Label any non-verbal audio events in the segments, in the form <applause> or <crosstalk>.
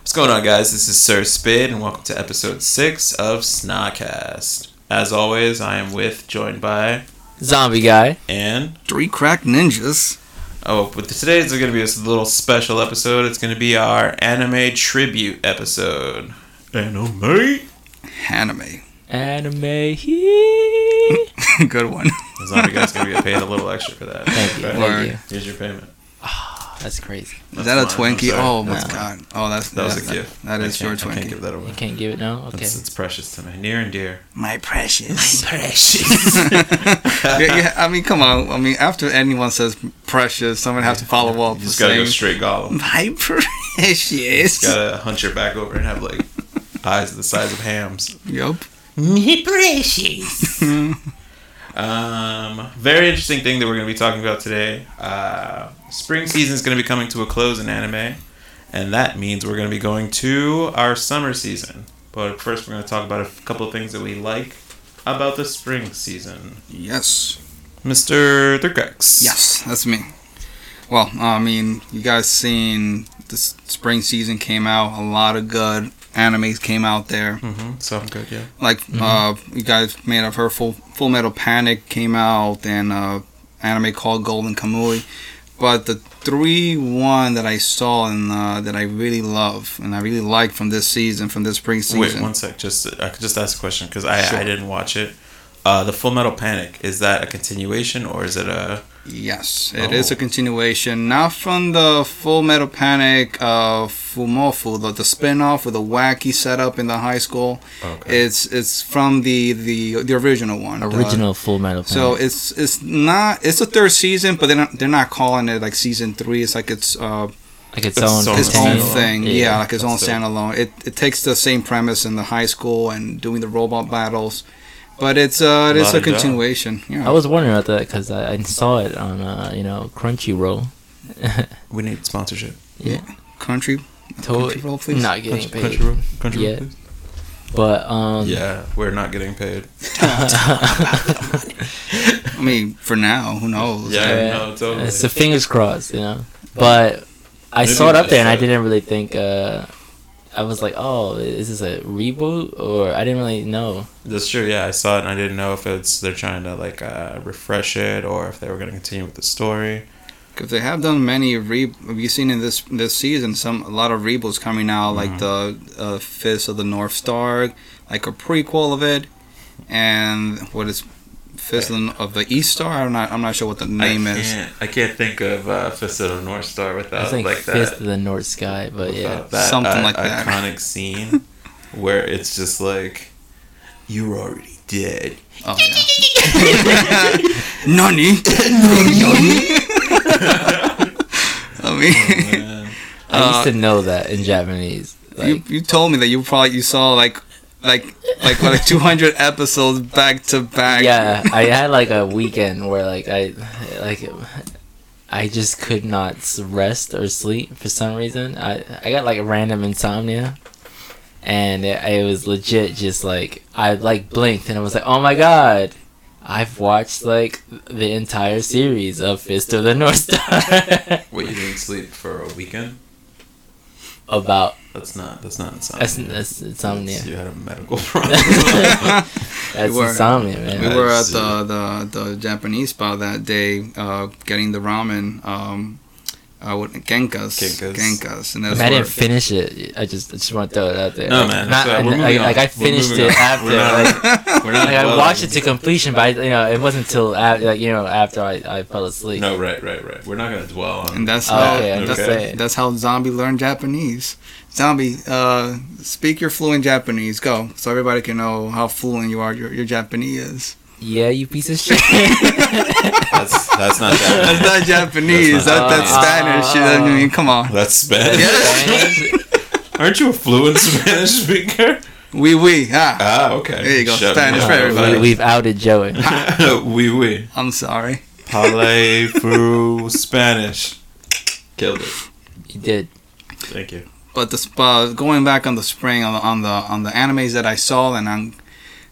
What's going on, guys? This is Sir Spid, and welcome to episode six of Snodcast. As always, I am with, joined by, Zombie guy. and Three crack ninjas. oh, but today is going to be a little special episode. It's going to be our anime tribute episode. Anime. Anime. <laughs> Anime. hee. Good one. Zombie guy's going to get paid a little extra for that. Thank you. But Thank you. Here's your payment. That's crazy. Is That's that a mine, I'm Twinkie? sorry. Oh my That's mine. god. Oh, that's That was that- a gift. That I is your can't- I can't Twinkie. give that away. You can't give it now? Okay. It's, it's precious to me, near and <laughs> dear. <laughs> My precious. <laughs> Precious. yeah, yeah, I mean, come on. I mean, after anyone says precious, someone has to follow up. You with just gotta go saying, straight <laughs> golem. My precious. gotta hunch your back over and have like eyes the size of hams. Yup. Me precious. <laughs> Um, very interesting thing that we're going to be talking about today. Uh, spring season is going to be coming to a close in anime, and that means we're going to be going to our summer season. But first, we're going to talk about a f- couple of things that we like about the spring season. Yes. Mr. Thurgex. Yes, that's me. Well, I mean, you guys seen this spring season came out. A lot of good animes came out there. Mm-hmm. So I'm good, yeah. like Mm-hmm. uh, you guys made of her full Full Metal Panic came out and uh, anime called Golden Kamuy. But the three one that I saw and uh, that I really love and I really like from this season, from this spring season. Wait, one sec. Just I could just ask a question because I, I Sure. didn't watch it. Uh, the Full Metal Panic is that a continuation or is it a? Yes, it is Oh. a continuation, not from the Full Metal Panic uh, Fumofu, the, the spin off with the wacky setup in the high school. It's it's from the the the original one. the- Original Full Metal Panic. So it's it's not it's the third season, but they're not, they're not calling it like season three. It's like it's uh like its, it's own, own its own Standalone. thing. Yeah, like its own that's dope. standalone. It it takes the same premise in the high school and doing the robot battles, but it's uh it's Lotta a job. continuation. Yeah. I was wondering about that because I, I saw it on, uh, you know, Crunchyroll. We need sponsorship. country. Totally. Crunchyroll, please. <laughs> Not getting paid. Crunchyroll? Crunchyroll, Yeah. please? But, um, <laughs> Yeah, we're not getting paid. I mean, for now, who knows? Yeah. yeah, no, totally. so fingers crossed, you know. But I Maybe saw it up that's there and I it. didn't really think, uh, I was like, oh, is this a reboot? Or I didn't really know. That's true. Yeah, I saw it and I didn't know if it's they're trying to like uh, refresh it or if they were going to continue with the story. Because they have done many re. Have you seen in this this season some a lot of reboots coming out, like the Mm-hmm. uh, Fist of the North Star, like a prequel of it, and what is Fist of the, of the East Star? I'm not I'm not sure what the name I is. can't, I can't think of uh, Fist of the North Star I without think Uh, like Fist that, of the North Sky, but yeah. without that Something uh, like that. iconic scene <laughs> where it's just like you're already <laughs> dead. Oh, yeah. <laughs> Nani? <laughs> I mean, Man. I used to know that in Japanese. you, <laughs> Like, you told me that you probably you saw like like like like 200 episodes back to back. yeah, I had like a weekend where like I like I just could not s- rest or sleep for some reason. I I got like random insomnia. And it, it was legit just like I like blinked and I was like, "Oh my god. I've watched like the entire series of Fist of the North Star." <laughs> Wait, you didn't sleep for a weekend? About That's not. That's not insomnia. that's, that's insomnia. You had a medical <laughs> problem. <laughs> That's were- insomnia, man. We I were at see. the, the, the Japanese spot that day, uh, getting the ramen, um, uh, with genkas, Genkas. genkas, and that's I where didn't finish it. I just I just want to throw it out there. No Like, man, Not, so and we're moving I, on. like I We're finished moving it on. after. We're not- <laughs> like, we're not like, I dwelling. watched it to completion, but I, you know it wasn't until after, like you know after I, I fell asleep. No, right, right, right. We're not gonna dwell on. and that's Oh, how okay, I'm that's, just saying. that's how zombie learned Japanese. Zombie, uh, speak your fluent Japanese. Go, so everybody can know how fluent you are. Your, your Japanese is. Yeah, you piece of shit. <laughs> That's that's not That's that. not That's Japanese. not that, Ah. that's Spanish. I mean, come on. that's Spanish. Spanish. Aren't you a fluent Spanish speaker? We oui, oui, ah. Ah, okay. There you go. Spanish me for up. everybody. We, have outed Joey. <laughs> Oui, oui. I'm sorry. Parlez through Spanish. Killed it. You did. Thank you. but the sp- uh, going back on the spring on the, on the on the animes that I saw and I'm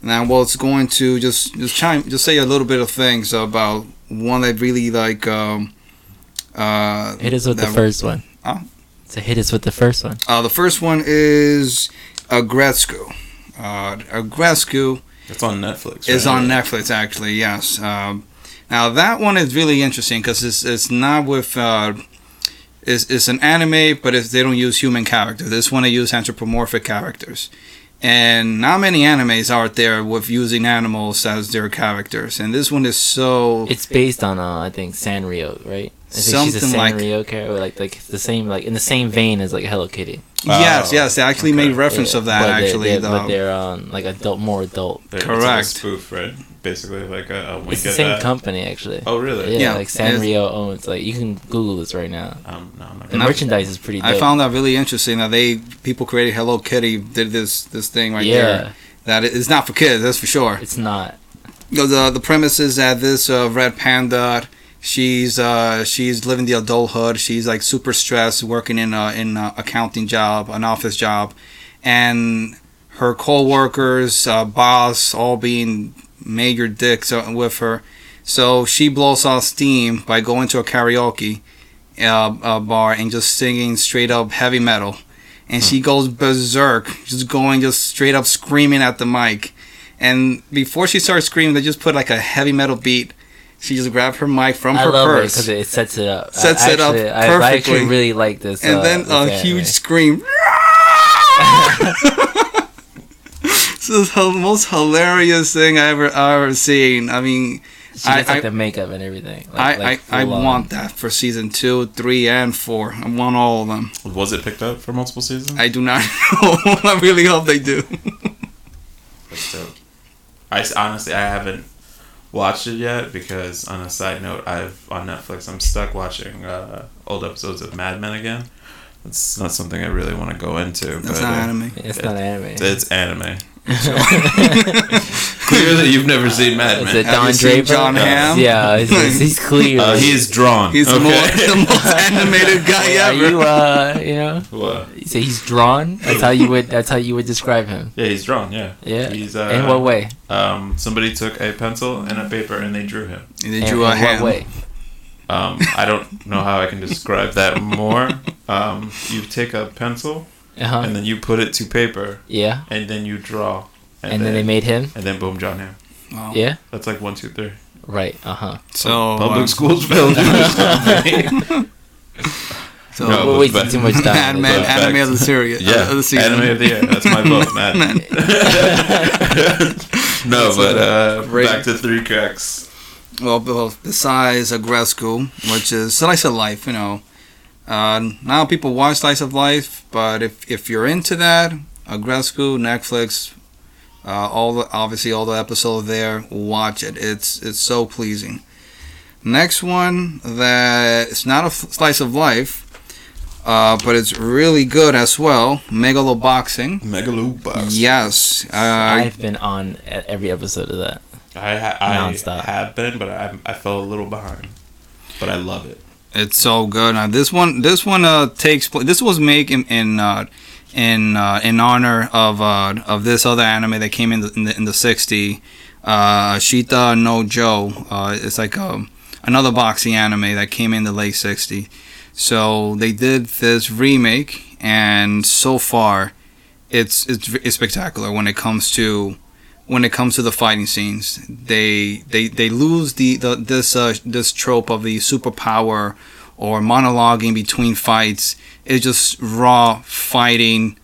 and I was going to just just chime just say a little bit of things about one that really like um uh Hit us with the that- first one. So hit us with the first one. Uh, the first one is Agrescu. Uh, Agrescu It's on Netflix. is right? on Netflix, actually. Yes. Um, now that one is really interesting because it's it's not with. Uh, it's, it's an anime, but it's, they don't use human characters. This one they use anthropomorphic characters, and not many animes out there with using animals as their characters. And this one is so It's based on uh, I think Sanrio, right? I think she's a Something like- Sanrio character, like like the same like in the same vein as like Hello Kitty. yes, Oh, yes. They actually okay. made reference Yeah, of that. but they're- actually, they're- though. but they're um, like adult, more adult. They're- it's like a Correct. spoof, right? Basically, like a, a wink It's the at same that. company actually. oh, really? Yeah, Yeah, like and it's- Sanrio owns. Like you can Google this right now. Um, no, I'm not The gonna. I- merchandise is pretty. Dope. I found that really interesting that they people created Hello Kitty did this this thing right yeah, there. That is not for kids, that's for sure. it's not. The the, the premise is that this uh, red panda, she's uh, she's living the adulthood. She's like super stressed, working in a in a accounting job, an office job, and her coworkers, uh, boss, all being major dicks uh, with her. So she blows off steam by going to a karaoke uh, uh, bar and just singing straight up heavy metal. And she Hmm. goes berserk, just going just straight up screaming at the mic. And before she starts screaming, they just put like a heavy metal beat. She just grabbed her mic from I her love it purse. because it sets it up. I Sets it up actually- I, I actually perfectly. really like this. and uh, then this a anime. huge scream. <laughs> <laughs> this is the most hilarious thing I ever I ever seen. I mean, She gets, I- like I- the makeup and everything. Like, I like, I, I full on. want that for season two, three, and four. I want all of them. Was it picked up for multiple seasons? I do not <laughs> know. I really hope they do. <laughs> That's dope. I s- honestly I haven't watched it yet because on a side note, I've on Netflix I'm stuck watching uh, old episodes of Mad Men again. It's not something I really want to go into. That's but, not uh, <laughs> anime. <laughs> It's not anime. <laughs> It's anime. <laughs> Clearly, you've never seen Mad Is Men. it Have Don you seen Draper? John Hamm? Yeah, he's, he's, he's clear. Uh, he's drawn. He's the, most, <laughs> okay. the most <laughs> animated guy Are ever. you, uh, you know, What? you say he's drawn. That's how you would. That's how you would describe him. Yeah, he's drawn. Yeah. Yeah. He's uh, In what way? um somebody took a pencil and a paper and they drew him. And they In- drew in a what hand. way? Um, I don't know how I can describe that <laughs> more. Um, you take a pencil Uh-huh. and then you put it to paper yeah. and then you draw And, then, Oh. they made him. and then boom, John Hamm. Wow. Yeah. That's like one, two, three. Right. Uh huh. So Public uh, schools failed. <laughs> So No, We're but- wasting too <laughs> much time. <laughs> Mad Men, Back. anime of the series. yeah, of the season. anime of the year. That's my vote, <laughs> <laughs> Matt. no, but uh, Great. back to three cracks. well, b- well, besides Agresco, which is slice of life, you know. Uh, now people watch slice of life, but if if you're into that, Agresco, Netflix, uh, all the obviously all the episodes there, watch it. It's it's so pleasing. Next one that it's not a f- slice of life, uh, but it's really good as well. Megaloboxing. Megalobox. Yes. Uh, I've been on e- every episode of that. I, ha- I Nonstop. have been, but I, I fell a little behind. But I love it. It's so good. Now this one, this one uh, takes place. This was made in in uh, in, uh, in honor of uh, of this other anime that came in the in the, in the '60s, uh, Shita no Joe. Uh, it's like um, another boxing anime that came in the late '60s. So they did this remake, and so far, it's it's it's spectacular when it comes to when it comes to the fighting scenes. They they they lose the, the this uh, this trope of the superpower or monologuing between fights. It's just raw fighting,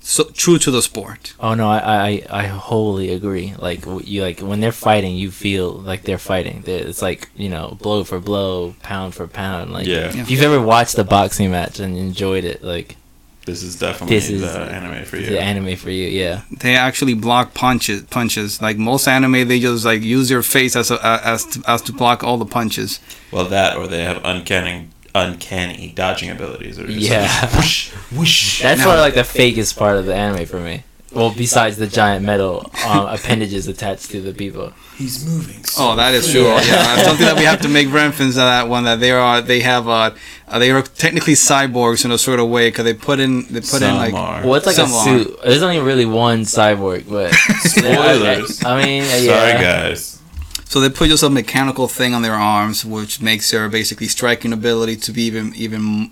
so true to the sport. Oh no, I I, I wholly agree. Like w- you like when they're fighting, you feel like they're fighting. They're, it's like you know, blow for blow, pound for pound. Like Yeah. Yeah. if you've ever watched a boxing match and enjoyed it, like This is definitely This is- the anime for you. the anime for you, yeah. They actually block punches. Punches like most anime, they just like use their face as a, as to, as to block all the punches. Well, that or they have uncanny, uncanny dodging abilities. Or just Yeah. whoosh, whoosh. That's No. probably like the fakest part of the anime for me. Well, besides the giant metal <laughs> um, appendages attached to the people. He's moving. So Oh, that is true. Yeah, that's something that we have to make reference to that one. That they are they have uh, uh they are technically cyborgs in a sort of way because they put in they put in like Well, it's like Some a are. suit. There's only really one cyborg, <laughs> but Spoilers. I mean, yeah. Sorry, guys. So they put just a mechanical thing on their arms, which makes their basically striking ability to be even even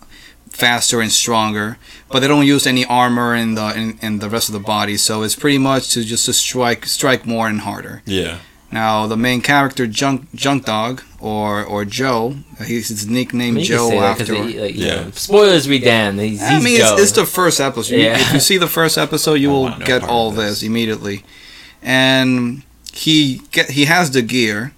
faster and stronger, but they don't use any armor in the in, in the rest of the body. So it's pretty much to just to strike strike more and harder. Yeah. Now the main character Junk Junk Dog or or Joe, he's his nickname you can Joe say that 'cause after. they- like, you Yeah. know, spoilers be damned. He's, I he's mean, Joe. it's, it's the first episode. You- Yeah. If you see the first episode, you I will want no get part all of this. this. immediately. And he get he has the gear,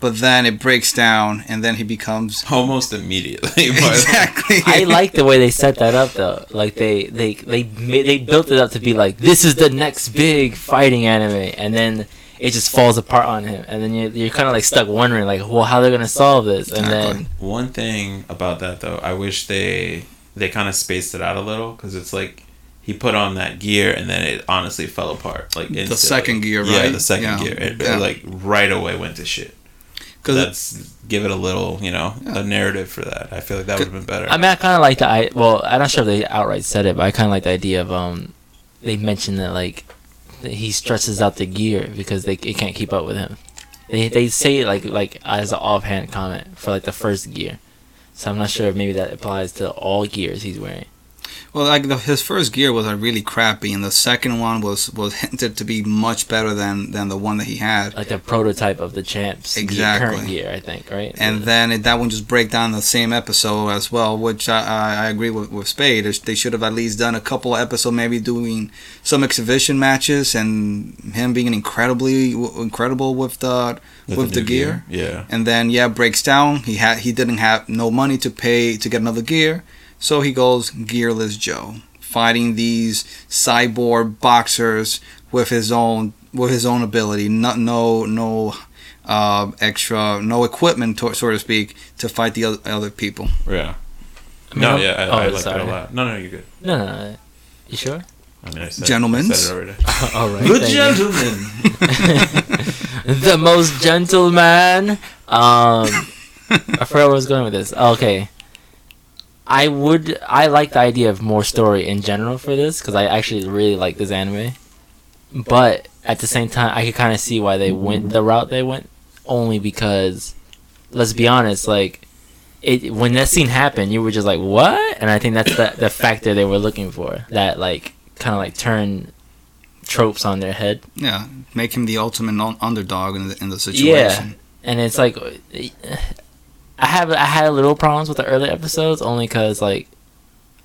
but then it breaks down, and then <laughs> he becomes Almost immediately. <laughs> But exactly. <laughs> I like the way they set that up though. Like they they they ma- they built it up to be like this is the next big fighting anime, and then it just falls apart on him, and then you're, you're kind of like stuck wondering like, well, how they're gonna solve this, and then One thing about that though, I wish they they kind of spaced it out a little because it's like he put on that gear and then it honestly fell apart. Like instantly. second gear, Yeah, right? the second Yeah. gear. It, it, Yeah. like right away went to shit. because That's give it a little, you know, a narrative for that. I feel like that would have been better. I mean, I kind of like the I well, I'm not sure if they outright said it, but I kind of like the idea of um, they mentioned that like that he stresses out the gear because they it can't keep up with him. They they say it like like as an offhand comment for like the first gear. So I'm not sure if maybe that applies to all gears he's wearing. well, like the, his first gear was like really crappy, and the second one was was <laughs> hinted to be much better than than the one that he had. like the prototype of the champs the Exactly. current year i think right and then it, that one just break down the same episode as well, which I, I, I agree with, with Spade. They sh- They should have at least done a couple of episodes, maybe doing some exhibition matches and him being incredibly w- incredible with the with the new gear. Yeah. And then yeah, breaks down. He had he didn't have no money to pay to get another gear, so he goes gearless Joe fighting these cyborg boxers with his own with his own ability. Not no no uh, extra no equipment to, so to speak to fight the other, other people. Yeah. I mean, No, I'm- yeah, I, oh, I like sorry. that a lot. No, no, you're good. no no, no. you sure <laughs> I mean, I said, Gentlemen's. I said it already. all right Good thank you. gentlemen. <laughs> the most gentleman um i forgot where i was going with this okay i would i like the idea of more story in general for this because i actually really like this anime but at the same time i could kind of see why they went the route they went only because let's be honest like it when that scene happened you were just like what and i think that's the, the factor they were looking for that like kind of like turn tropes on their head Yeah, make him the ultimate un- underdog in the, in the situation. and it's like I have I had little problems with the early episodes only because like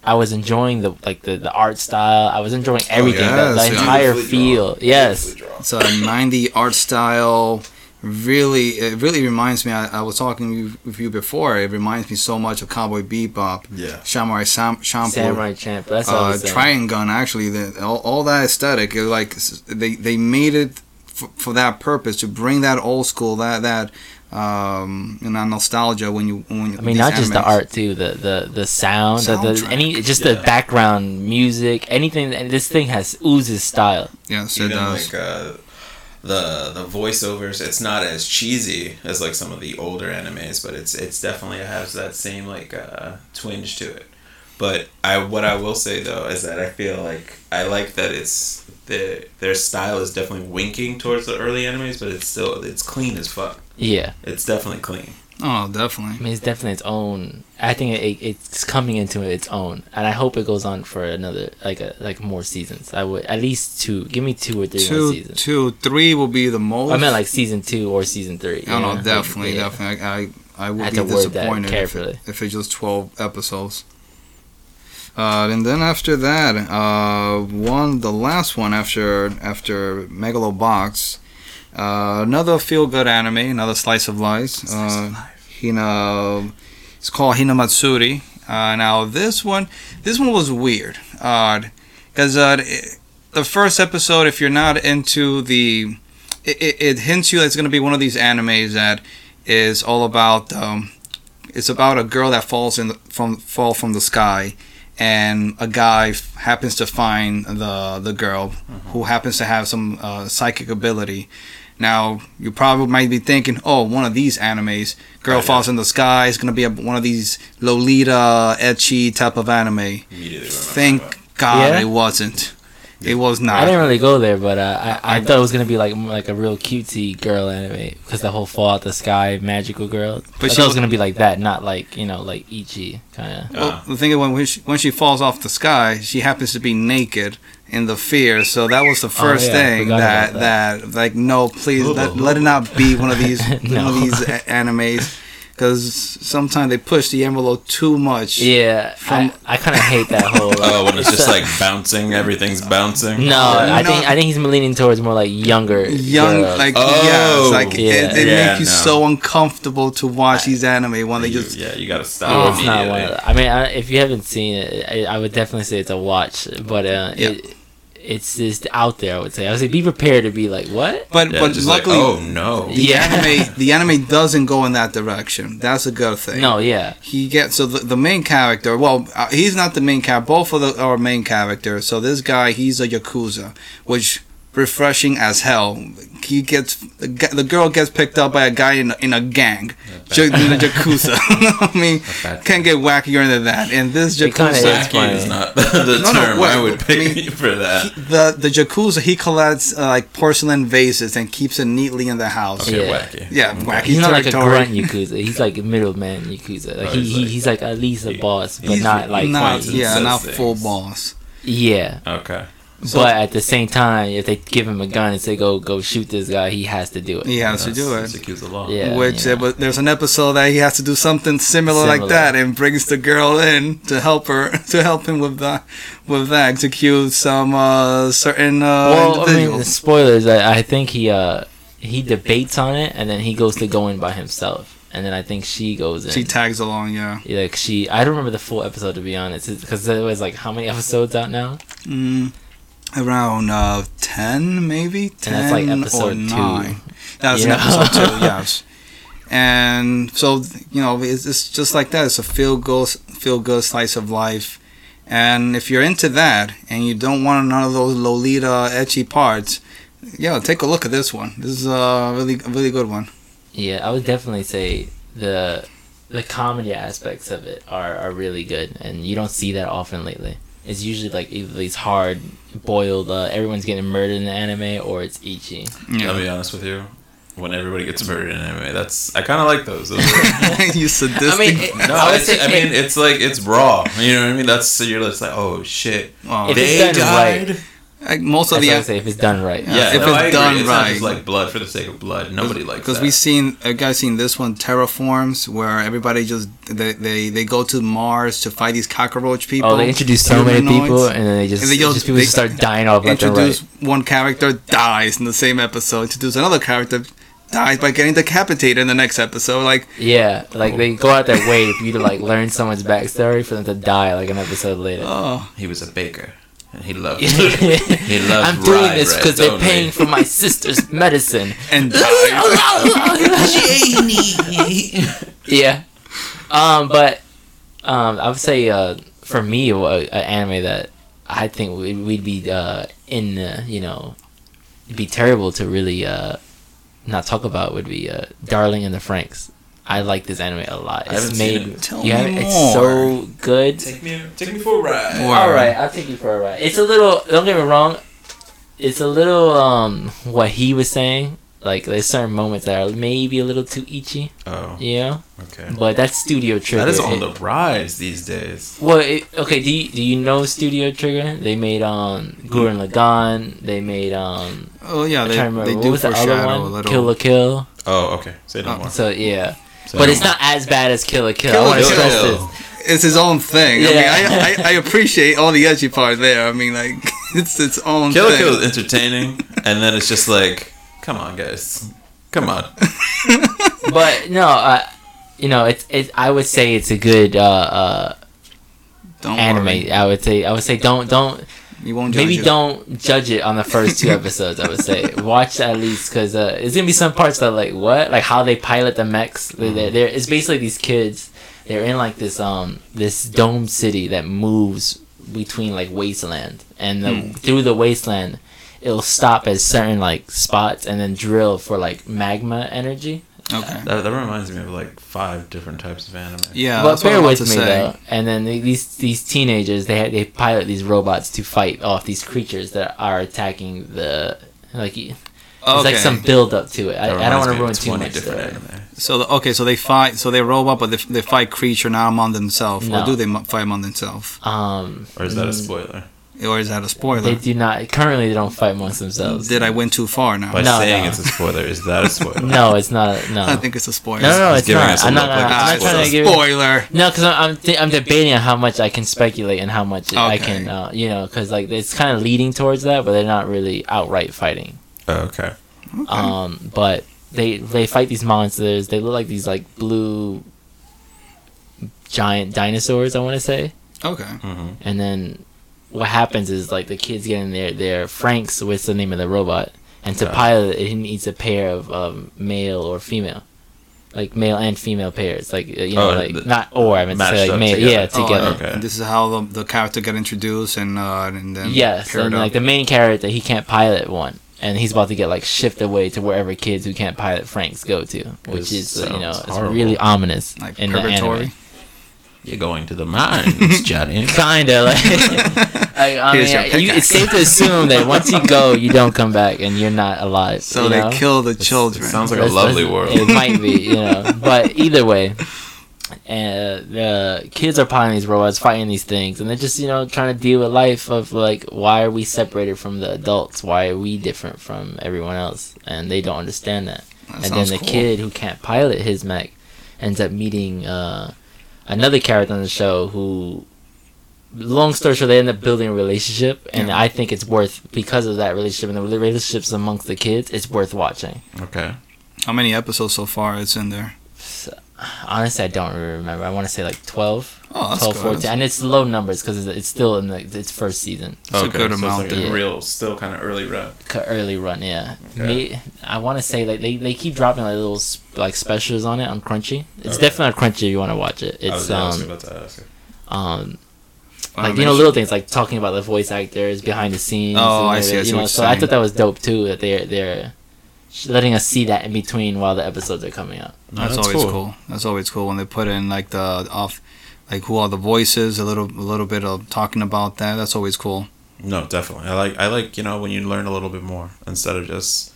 I was enjoying the like the, the art style. I was enjoying everything, the, Oh, yes, the yeah. entire Beautifully drawn. feel. Yes, Beautifully drawn. It's a '90 art style. Really, it really reminds me. I, I was talking you- with you before. It reminds me so much of Cowboy Bebop, Yeah. Samurai Sam, Champloo, Samurai Champ. That's all. I uh, was saying. Triangon. Actually, the, all, all that aesthetic. It, like s- they they made it f- for that purpose to bring that old school, that that um, you know, nostalgia. When you when you- I mean, these not just the animes. art too. The the the sound, the, the Soundtrack. any just Yeah. the background music, anything. And this thing has oozes style. Yes, it even does. like uh, the the voiceovers. It's not as cheesy as like some of the older animes, but it's it's definitely has that same like uh, twinge to it. But I what I will say though is that I feel like I like that it's the their style is definitely winking towards the early animes, but it's still it's clean as fuck. Yeah, It's definitely clean. oh, I definitely. mean, it's definitely its own. I think it, it, it's coming into its own, and I hope it goes on for another like a like more seasons. I would at least two. Give me two or three more Two, seasons. two, three will be the most. I meant like season two or season three. I you don't know? know, definitely, Yeah. definitely. I, I, I I would had be to word that disappointed if, it, carefully. if it's just 12 episodes. Uh, and then after that, uh, one, the last one after after Megalobox, uh, another feel good anime, another slice of life. Uh, Hina, it's called Hinamatsuri. Uh, now this one, this one was weird, because uh, it- the first episode, if you're not into the, it, it, it hints you that it's gonna be one of these animes that is all about um, it's about a girl that falls in the, from fall from the sky and a guy f- happens to find the the girl who happens to have some uh, psychic ability now you probably might be thinking oh one of these animes girl Right, falls in the sky is going to be a, one of these lolita etchy type of anime Immediately remember thank that. god Yeah? it wasn't It was not. I didn't really go there, but uh, I, I, I- thought it was gonna be like more like a real cutesy girl anime because the whole fall out the sky magical girl. But I But thought it she was was- gonna be like that, not like you know like E Ichi kind of. Uh-huh. Well, the thing is, when when she, when she falls off the sky, she happens to be naked in the fear. So that was the Oh, first yeah, I thing forgot that, about that like no, please Ooh. let, let it not be one of <laughs> these one No. of these a- animes because sometimes they push the envelope too much. Yeah, From- I, I kind of hate that whole. <laughs> Oh, when it's <laughs> just a- like bouncing, everything's bouncing. No, I No. think I think he's leaning towards more like younger. Young, girls. like Oh. yeah, it's like Yeah. it, it Yeah, makes you no. so uncomfortable to watch these anime when they You- just yeah, you gotta Oh, stop it's not one of immediately. the- I mean, I, if you haven't seen it, I, I would definitely say it's a watch. But uh, Yeah. it, it's just out there. I would say. I would say be prepared to be like what? but Yeah, but just luckily like, oh no. the Yeah. <laughs> anime the anime doesn't go in that direction. That's a good thing. No, yeah, he gets so the, the main character well uh, he's not the main character both of the are main characters so this guy he's a yakuza which refreshing as hell he gets the, g- the girl gets picked up by a guy in, in a gang Ju- in a yakuza <laughs> i mean bad- can't get wackier than that and this It kinda yakuza is. Saki is not <laughs> the No, no, term what- I would I pick <laughs> mean, for that. he- the the yakuza he collects uh, like porcelain vases and keeps it neatly in the house Okay, Yeah. wacky. yeah wacky he's not like a territory grunt yakuza. He's like a middleman yakuza. Like Oh, he, he's he like- he's like at least a boss, but He's not like not, Quentin yeah says not full things. boss yeah. Okay. but at the same time, if they give him a gun and say go go shoot this guy, he has to do it. he has to That's- do it that's accused of law. Yeah, which yeah. it was, there's an episode that he has to do something similar, like Similar. that and brings the girl in to help her <laughs> to help him with that with that execute some uh, certain uh, well, I mean, individual. the spoilers. I, I think he uh he debates on it, and then he goes to go in by himself, and then I think she goes in. she tags along, yeah. Yeah, like she, I don't remember the full episode to be honest, because there was like how many <laughs> episodes out now, Mm, around uh, ten, maybe and ten that's like or episode nine. two. That's Yeah. an episode <laughs> two, yes. And so you know, it's, it's just like that. It's a feel good, feel good slice of life. And if you're into that, and you don't want none of those Lolita etchy parts, yeah, take a look at this one. This is a really, a really good one. Yeah, I would definitely say the the comedy aspects of it are are really good, and you don't see that often lately. It's usually like either these hard boiled, uh, everyone's getting murdered in the anime, or it's <laughs> Ichi. I'll be honest with you. When everybody gets murdered in anime, that's I kind of like those. <laughs> Those are- you sadistic. it- No, I I, would it's, say I take- mean it's like it's raw. You know what I mean? That's so you're just like, oh shit, Oh, If it's they done died. right. like most of That's the what I say if it's done right. Yeah, If no, it's I agree. done it's not just right. like blood for the sake of blood. Nobody likes Because that. we seen a guy seen this one terraforms where everybody just they, they they go to Mars to fight these cockroach people. Oh, they introduce so many humanoids. people, and then they just, And they just- just people they just start dying off left and introduce right. one character dies in the same episode introduce another character dies by getting decapitated in the next episode like Yeah, Oh. like they go out their way for you to like learn someone's backstory for them to die like an episode later. oh he was a baker and <laughs> he <laughs> loved. he loves I'm doing rye this bread, because they're don't he? paying for my sister's <laughs> medicine. and dies <laughs> yeah. Um, but um, I would say uh, for me, a- a anime that I think we'd, we'd be uh, in, uh, you know, it'd be terrible to really uh, not talk about would be uh, Darling in the Franks. I like this anime a lot. I It's haven't made. seen it. Tell you me haven't- It's so good. take me, take me for a ride. Or- All right, I'll take you for a ride. It's a little. Don't get me wrong. It's a little um what he was saying. Like there's certain moments that are maybe a little too itchy, Oh, you know. okay. But that's Studio Trigger. That is on It- the rise these days. well, it, okay. Do you, do you know Studio Trigger? They made um Gurren Lagann. They made um oh yeah I'm they, trying to remember, they what do was the other foreshadow a one? little Kill a Kill. Oh, okay. Say no Uh, more. So yeah, Say but no it's more. not as bad as Kill a Kill. Kill I la want to Kill. stress this. it's his own thing I, mean, Yeah. I, I, I appreciate all the edgy part there I mean like <laughs> it's its own Kill la thing Kill is entertaining, <laughs> and then it's just like, come on, guys, come on. <laughs> But no, uh, you know, it's it. I would say it's a good uh, uh don't anime. worry. I would say I would say don't don't you won't judge maybe it. don't judge it on the first two episodes. I would say watch at least because uh, it's gonna be some parts that are like what like how they pilot the mechs. They're, they're, they're- it's basically these kids. They're in like this um this dome city that moves between like wasteland and the, through the wasteland. It'll stop at certain like spots and then drill for like magma energy. Okay. That, that reminds me of like five different types of anime. Yeah, but Oh, that's what bear I'm about with to me say. though. And then the- these these teenagers they ha- they pilot these robots to fight off these creatures that are attacking the like. y- It's Okay. like some build up to it. That I, I don't want to ruin reminds me too of much. different Different anime. so the, okay, so they fight. So they robot, but they, they fight creature, not among themselves. No. Or do they mo- fight among themselves? Um, Or is that a spoiler? Or is that a spoiler? they do not currently. They don't fight amongst themselves. Did I went too far now? By No, saying no. it's a spoiler, is that a spoiler? <laughs> No, it's not. No, <laughs> I think it's a spoiler. no, no, he's it's giving not. us a I'm not. look I'm like not, Ah, I'm it's trying a to give. spoiler. No, because I'm I'm, th- I'm debating on how much I can speculate and how much I Okay. can, uh, you know, because like it's kind of leading towards that, but they're not really outright fighting. Oh, okay. Okay. Um, but they they fight these monsters. They look like these like blue giant dinosaurs. I want to say, okay. hmm and then what happens is like the kids get in their their Franks, what's the name of the robot, and to Yeah. pilot it, he needs a pair of um, male or female. Like male and female pairs, like uh, you know, Oh, like the- not or I meant to matched say up like male, together. yeah, Oh, together. yeah. and Okay. This is how the, the character got introduced and uh, and then Yes, paired and up. like the main character, he can't pilot one, and he's about to get like shifted away to wherever kids who can't pilot Franks go to, which This is uh, you know sounds it's horrible. really ominous like in the anime. purgatory. You're going to the mines, Johnny. <laughs> Kinda <laughs> like, like I Here's mean, your I- you, it's pickaxe. safe to assume that once you go, you don't come back, and you're not alive. So you they know? kill the children. sounds like a That's- lovely that's- world. It might be, you know, but either way. And the kids are piloting these robots, fighting these things, and they're just you know trying to deal with life of like why are we separated from the adults? Why are we different from everyone else? And they don't understand that. That and then sounds the cool. kid who can't pilot his mech ends up meeting uh, another character on the show who. Long story short, they end up building a relationship, and Yeah. I think it's worth because of that relationship and the relationships amongst the kids. It's worth watching. Okay. How many episodes so far? It's in there. Honestly, I don't really remember. I want to say like 12, Oh, that's 12, good. 14. And it's low numbers because it's, it's still in like its first season, a okay. good so amount It's like there. a real, still kind of early run. c- early run. Yeah, Okay. Me, I want to say like they, they keep dropping like little s- like specials on it on Crunchy. It's definitely on Crunchy. if You want to watch it? I It's was um actually about to ask. um Wow, like you know that's- little things like talking about the voice actors behind the scenes. Oh, and I see, I everything, see You what know, you're so I saying. thought that was dope too that they're they're sh- letting us see that in between while the episodes are coming out. No, that's, that's always cool. cool. That's always cool when they put in like the off, like who are the voices, a little a little bit of talking about that. That's always cool. No, definitely. I like, I like, you know, when you learn a little bit more instead of just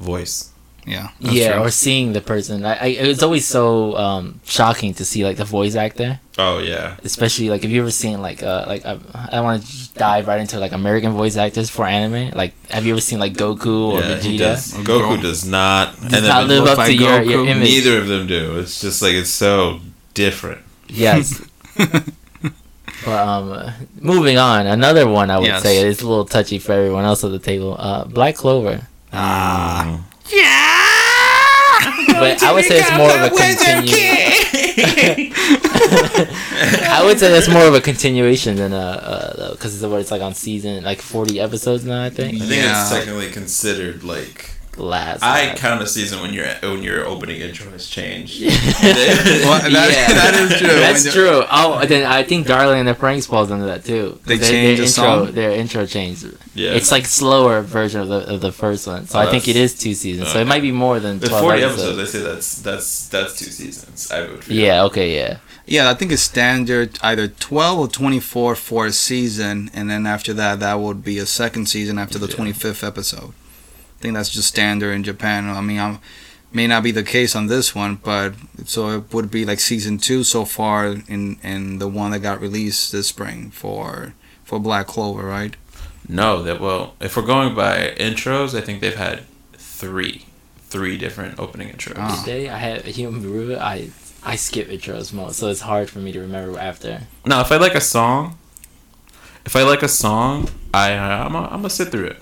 voice. Yeah. that's yeah, true. or seeing the person. I, I it's always so um shocking to see like the voice actor. Oh yeah. especially like if you ever seen like uh like uh, I want to dive right into like American voice actors for anime. Like, have you ever seen like Goku or yeah he Vegeta? does. Vegeta? Goku does not. and Does then not live looked up to like your, your Goku, image. neither of them do. It's just like it's so different. <laughs> Yes. but um, moving on, another one I would Yes. say it's a little touchy for everyone else at the table. Uh, Black Clover. <laughs> Ah. But I would say it's more of a continuation. <laughs> <laughs> I would say that's more of a continuation than a because it's what it's like on season like forty episodes now. I I think think Yeah. it's technically considered like last. I <laughs> last. count a season when your when your opening intro has changed. Well, that- Yeah. <laughs> that is true. That's When the- true. Oh, then I think Darling and the Franks falls under that too. They Their- change their the intro, song? Their intro changed. yeah, It's like slower version of the of the first one. So Oh, I think it that's- is two seasons. So okay. it might be more than the twelve forty episodes. episodes. I say that's that's that's two seasons. I would. Yeah. Okay. Yeah. Yeah, I think it's standard either 12 or 24 for a season, and then after that, that would be a second season after the Yeah. 25th episode. I think that's just standard in Japan. I mean, i may not be the case on this one, but so it would be like season two so far in in the one that got released this spring for for Black Clover, right? No, that well, if we're going by intros, I think they've had three, three different opening intros. Ah. Today I had a human brew. I I skip intros most, so it's hard for me to remember after. Now, if I like a song, if I like a song, I uh, I'm i I'm gonna sit through it.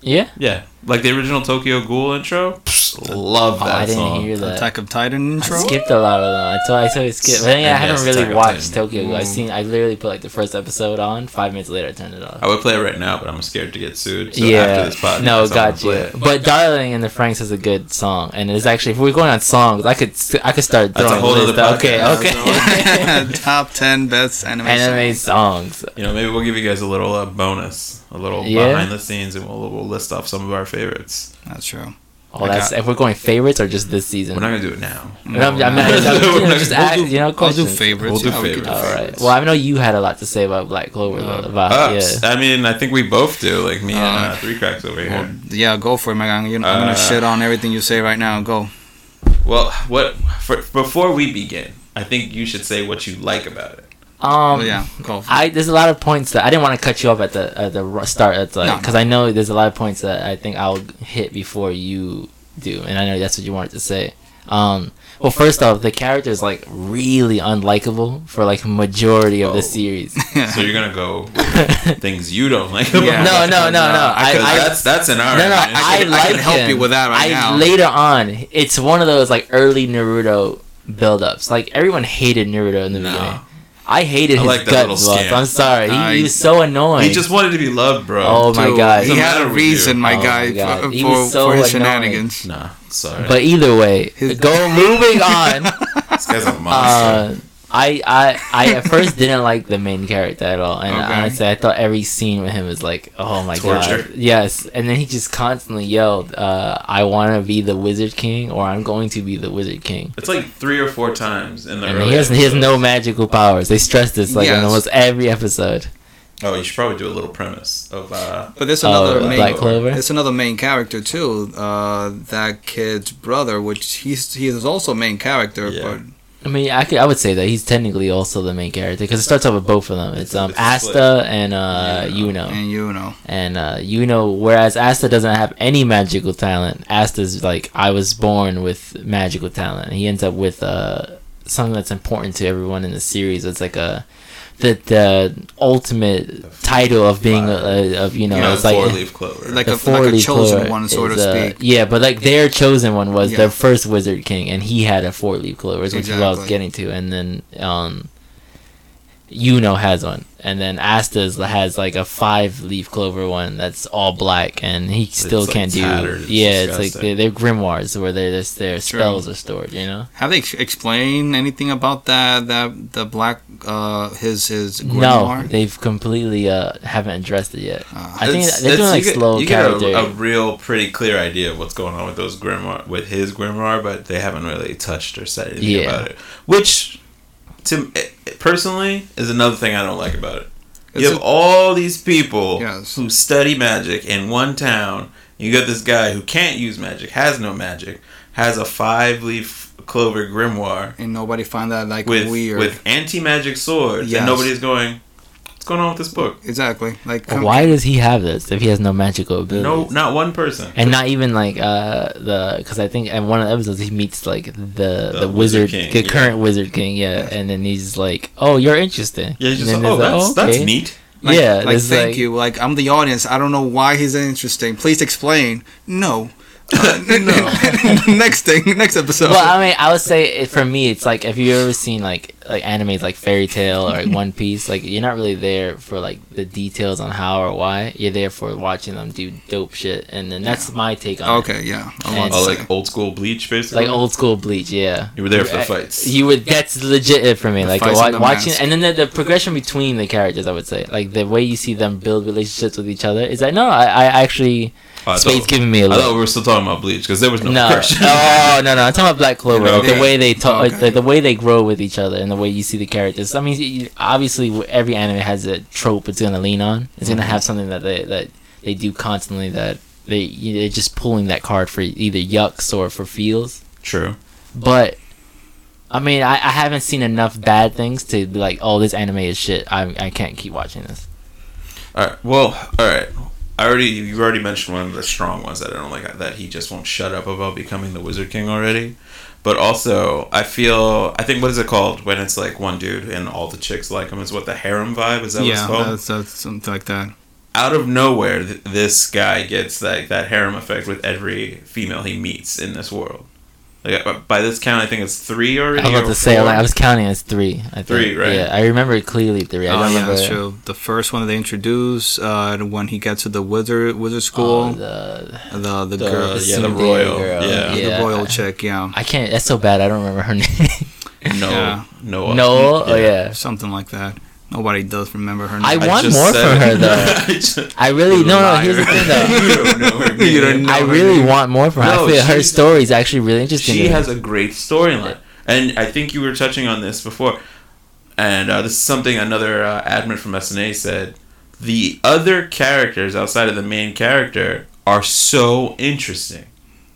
Yeah. Yeah, like the original Tokyo Ghoul intro. Psh, love Oh, that I didn't song. hear that. Attack of Titan I intro. <laughs> skipped a lot of them. I told I totally skipped. But then, yeah, I And haven't yes, Attack really on watched Titan. Tokyo. Ghoul. I seen. I literally put like the first episode on. Five minutes later, I turned it off. I would play it right now, but I'm scared to get sued. So yeah. after this podcast, no, I'm gonna got play you. it. But "Darling" and the Franks is a good song, and it's actually if we're going on songs, I could s- I could start That's a throwing whole list other out. podcast. Okay, That's okay. <laughs> Top 10 best anime. Anime songs. songs. You know, maybe we'll give you guys a little uh, bonus, a little Yeah. behind the scenes, and we'll, we'll list off some of our favorites. That's true. Oh, I that's got- if we're going favorites or just this season. We're not gonna do it now. No, I'm, I'm not, I'm, you know, just We'll ask, do- you know, I'll do questions. favorites. We'll do yeah, we could favorites. All right. favorites. Well, I know you had a lot to say about Black Clover, though. About Uh, Ups. Uh, yeah. I mean, I think we both do. Like me and Uh, uh, three cracks over here. Well, yeah, go for it, Megan. You know, I'm gonna Uh, shit on everything you say right now. Go. Well, what for, before we begin, I think you should say what you like about it. Um. Oh, Well, Oh, yeah, go. <laughs> For it. I there's a lot of points that I didn't want to cut you off at the at the ru- start at the No, no. because I know there's a lot of points that I think I'll hit before you do, and I know that's what you wanted to say. Um, well, first off, the character is like really unlikable for like majority of Oh. the series. So you're gonna go <laughs> with things you don't like. About Yeah. no, no, no, no. I, Because I, that's that's in our. no, no. opinion. I, could- I like could help him. you with that right I, now. Later on, it's one of those like early Naruto buildups. Like everyone hated Naruto in the No. beginning. I hated I his like that guts. little Well, scamp. I'm sorry. He, I- he was so annoying. he just wanted to be loved, bro. Oh my Dude, God. he What's the had matter a with reason, you? my Oh guy, my God. for, He for, was so for his annoying. shenanigans. Nah, sorry. But either way, His- <laughs> go moving on. this guy's a monster. Uh, I I I at first didn't like the main character at all, and Okay. honestly, I thought every scene with him was like, oh my Torture. god, yes. And then he just constantly yelled, uh, "I want to be the Wizard King," or "I'm going to be the Wizard King." it's like three or four times in the. And early he has he has no episodes. magical powers. They stress this like in Yes. almost every episode. Oh, you should probably do a little premise of. uh <laughs> But there's Oh, another Black main. Clover? There's another main character too. Uh, that kid's brother, which he's he is also main character, Yeah. but I mean, I could I would say that he's technically also the main character because it starts off with both of them. It's um It's a split. Asta and uh Yuno. Yuno. and you know, and uh, you know whereas asta doesn't have any magical talent asta's like i was born with magical talent and he ends up with uh, something that's important to everyone in the series it's like a the, the ultimate title of being a, a, of you know Yeah, it's like four leaf clover. like the a four like a leaf chosen clover one, so to is, uh, speak. yeah, but like their chosen one was Yeah. their first wizard king, and he had a four leaf clover, which is what I was Exactly. getting to. And then, um, Yuno has one, and then Asta's has like a five leaf clover one that's all black, and he still like, can't do. tattered, it's yeah, it's disgusting. like they're, they're grimoires where they're just their True. spells are stored. You know. Have they ex- explained anything about that? That the black uh his his No, grimoire? they've completely uh haven't addressed it yet. Ah. I think It's- they're it's- doing you like get- slow you get a- a, character. real pretty clear idea of what's going on with those grimoire, with his grimoire, but they haven't really touched or said anything Yeah. about it. Which, to eh, eh, personally, is another thing I don't like about it. You It's have all these people Yes. who study magic in one town. You got this guy who can't use magic, has no magic, has a five leaf clover grimoire and nobody find that like with weird. with anti magic swords, Yes. and nobody's going. What's going on with this book? exactly. Like But come- Why does he have this if he has no magical abilities? No, not one person. and not even like uh the because I think in one of the episodes he meets like the the, The Wizard wizard, King, the yeah. current wizard king, yeah, and then he's like, oh, you're interesting. Yeah, he's just and like, then oh, there's that's, a- that's okay. neat. Like, yeah, like there's, thank like- you. Like I'm the audience. I don't know why he's interesting. Please explain. No. <laughs> Uh, no. <laughs> next thing. Next episode. Well, I mean, I would say it, for me, it's like if you ever seen like like animes like Fairy Tail or like One Piece, like you're not really there for like the details on how or why. You're there for watching them do dope shit, and then that's my take on it. okay. Yeah. I And- want to Oh, say. like old school bleach, basically. Like old school Bleach, yeah. You were there for the I- fights. You would. That's legit it for me. like fights wa- and the watching, mask. and then the, the progression between the characters. I would say, like the way you see them build relationships with each other is like, no, I, I actually Oh, I Spade's thought- giving me a I thought look. we were still talking about bleach because there was no, No, progression. oh no, no. I'm talking about Black Clover. No, like, okay. The way they talk, like, Okay. the, the way they grow with each other, and the way you see the characters. I mean, you- obviously, w- every anime has a trope it's gonna lean on. It's Mm-hmm. gonna have something that they that they do constantly. That they you- they're just pulling that card for either yucks or for feels. <laughs> True. But I mean, I, I haven't seen enough bad things to be like, oh, this anime is shit. I I can't keep watching this. All right. Well, all right. I already you already mentioned one of the strong ones that I don't like that he just won't shut up about becoming the Wizard King already. But also, I feel I think what is it called when it's like one dude and all the chicks like him is what the harem vibe is that what it's yeah. called? That's, that's something like that. Out of nowhere, th- this guy gets like that harem effect with every female he meets in this world. Like uh, by this count, I think it's three already. I was or about to say, four. like, I was counting as three. I think. Three, right? Yeah, I remember it clearly three. I Oh, don't yeah, remember that's true. The first one that they introduce, uh, when he gets to the wizard wizard oh, school, the, the the- the, girl, yeah, the Tsundere royal, girl, yeah. the royal chick, yeah, I can't. That's so bad. I don't remember her <laughs> name. no, Yeah. no, Noel. Oh yeah. something like that. Nobody does remember her name. I want just more said from it. her, though. <laughs> I just- <laughs> I really no no. Here's the Liar. thing though. <laughs> you don't know her You don't name. know I her really name. want more from her. No, I feel her she's- story is actually really interesting. She to me. has a great storyline, and I think you were touching on this before. And uh, this is something another uh, admin from SNA said: the other characters outside of the main character are so interesting.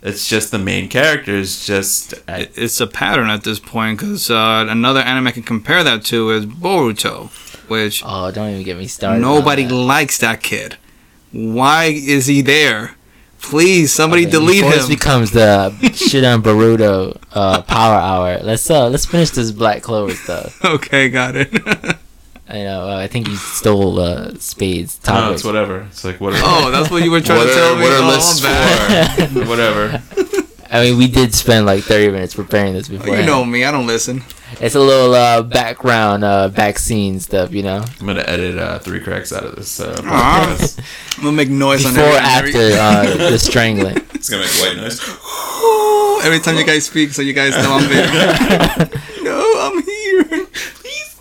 It's just the main character is just uh, It- It's a pattern at this point because uh, another anime I can compare that to is Boruto, which Oh, don't even get me started. on nobody that. likes that kid. Why is he there? Please, somebody Okay, delete before This him. becomes the shit on Baruto uh, power hour. Let's uh let's finish this Black Clover stuff. <laughs> okay, got it. <laughs> You know, uh, I think you stole uh, Spade's no, topic. Oh, it's whatever. It's like whatever. oh, that's what you were trying what to are, tell me. what are Oh, lists I'm bad. <laughs> for? <laughs> whatever. I mean, we did spend like thirty minutes preparing this before. You know me. I don't <laughs> listen. it's a little uh, background uh, back scene stuff. You know, I'm gonna edit uh, three cracks out of this. Uh, Aw. podcast. Ah, I'm gonna make noise before on after every, uh, the strangling. it's gonna make white noise. <laughs> every, every time you guys speak, so you guys know I'm there. <laughs> <laughs> no, I'm here. Please.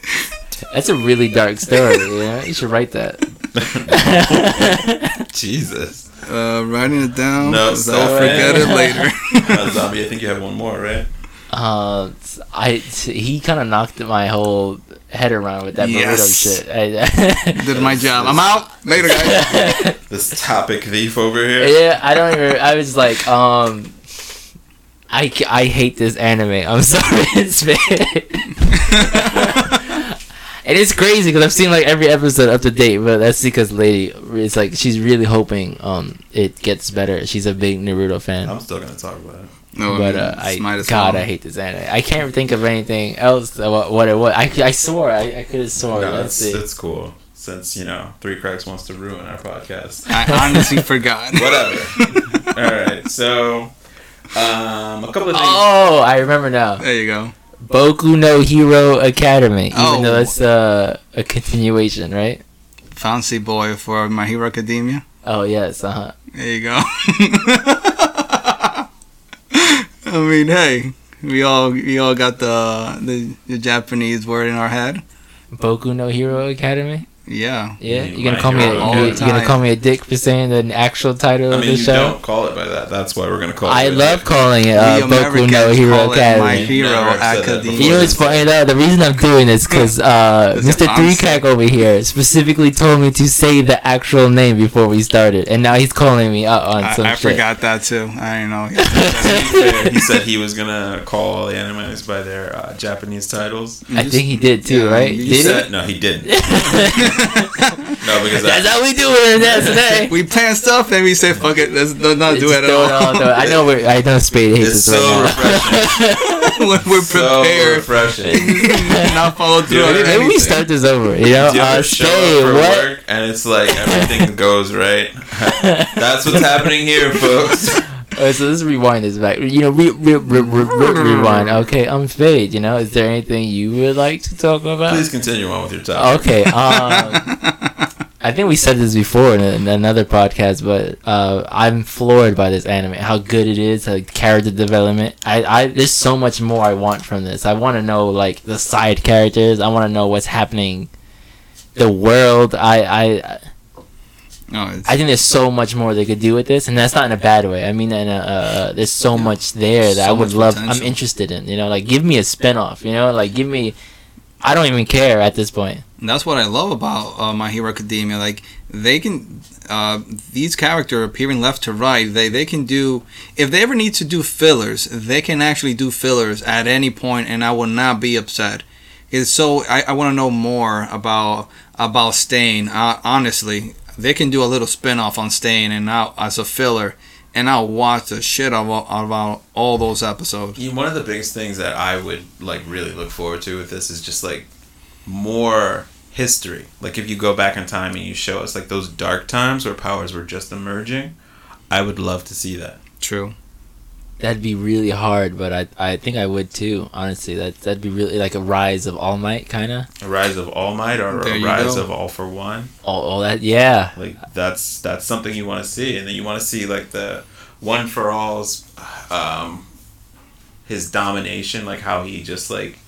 That's a really <laughs> dark story. You know, you should write that. Jesus. Uh, writing it down. No, 'cause so <laughs> I'll forget it bad. later. Uh, zombie, I think you have one more, right? Uh, I he kind of knocked my whole head around with that Yes. Baruto shit. I, <laughs> Did my job. I'm out. <laughs> <laughs> Later, guys. This topic thief over here. yeah, I don't even. I was like, um, I, ca- I hate this anime. I'm <laughs> sorry, it's And it's crazy because I've seen like every episode up to date, but that's because Lady is like she's really hoping um it gets better. She's a big Naruto fan, I'm still gonna talk about it. No, but uh, I it's might as God, well. I hate this anime. I can't think of anything else that what, what it was. I, I swore I, I could have sworn. no, Oh, Let's that's see. that's cool. Since you know, Three Cracks wants to ruin our podcast. I honestly <laughs> forgot. <laughs> Whatever. All right. So, um, a couple of things. Oh, I remember now. There you go. Boku no Hero Academy, even Oh. though it's uh, a continuation, right? Fancy boy for My Hero Academia. Oh yes, uh huh. There you go. <laughs> I mean, hey, we all we all got the, the the Japanese word in our head. Boku no Hero Academy. Yeah. Yeah, You you gonna might call me a, hear it all you, the you gonna time. call me a dick for saying the actual title I of mean, the you show? don't call it by that. That's why we're gonna call it. I by love that. calling it we uh, Boku no Americans Hero call it My Academy. Hero Never said that Academia. before. You know what's funny though? The reason I'm doing <laughs> this because uh, It's Mr. a Three concept. Crack over here specifically told me to say the actual name before we started, and now he's calling me out on some I, I shit. forgot that too. I don't know. <laughs> he said he was gonna call all the animes by their uh, Japanese titles. I think he did too, Yeah, right? you Did he? said, No, he didn't. no, <laughs> <laughs> because That's that, how we do it in that today. we plan stuff and we say, "Fuck it, let's not not do Just it at throw it all, all." throw it- I know we're, I know Spade hates is this so right refreshing. <laughs> when we're so <laughs> prepared, refreshing. <laughs> not follow through. Dude, on it- now. <laughs> Maybe we anything. start this over. You know, Do you uh, ever show up Spade, for what? work and it's like <laughs> everything goes right? That's what's happening here, <laughs> folks. Oh, so let's rewind this back. You know, re- re- re- re- re- rewind. Okay, I'm Spade. You know, is there anything you would like to talk about? Please continue on with your topic. Okay. Um, I think we said this before in, in another podcast, but uh, I'm floored by this anime. How good it is, like character development. I, I there's so much more I want from this. I want to know like the side characters. I want to know what's happening, the world. I, I <laughs> No, it's- I think there's so much more they could do with this, and that's not in a bad way. I mean, in a, uh, there's so Yeah. much there that So I would much love. I'm potential. interested in. You know, like give me a spinoff. You know, like give me. I don't even care at this point. And that's what I love about uh, My Hero Academia. Like they can, uh, these characters appearing left to right. They they can do if they ever need to do fillers, they can actually do fillers at any point, and I will not be upset. It's so I, I want to know more about about Stain. Uh, honestly, they can do a little spin off on Stain, and now as a filler, and I'll watch the shit out of, all- about all those episodes. You- One of the biggest things that I would like really look forward to with this is just like more history. Like if you go back in time and you show us like those dark times where powers were just emerging, I would love to see that. True. That'd be really hard, but I I think I would too. Honestly, that that'd be really like a rise of All Might, kind of. A rise of All Might or There a you rise go. of All for One. All, all that, yeah. Like that's that's something you want to see, and then you want to see like the One for All's, um, his domination, like how he just like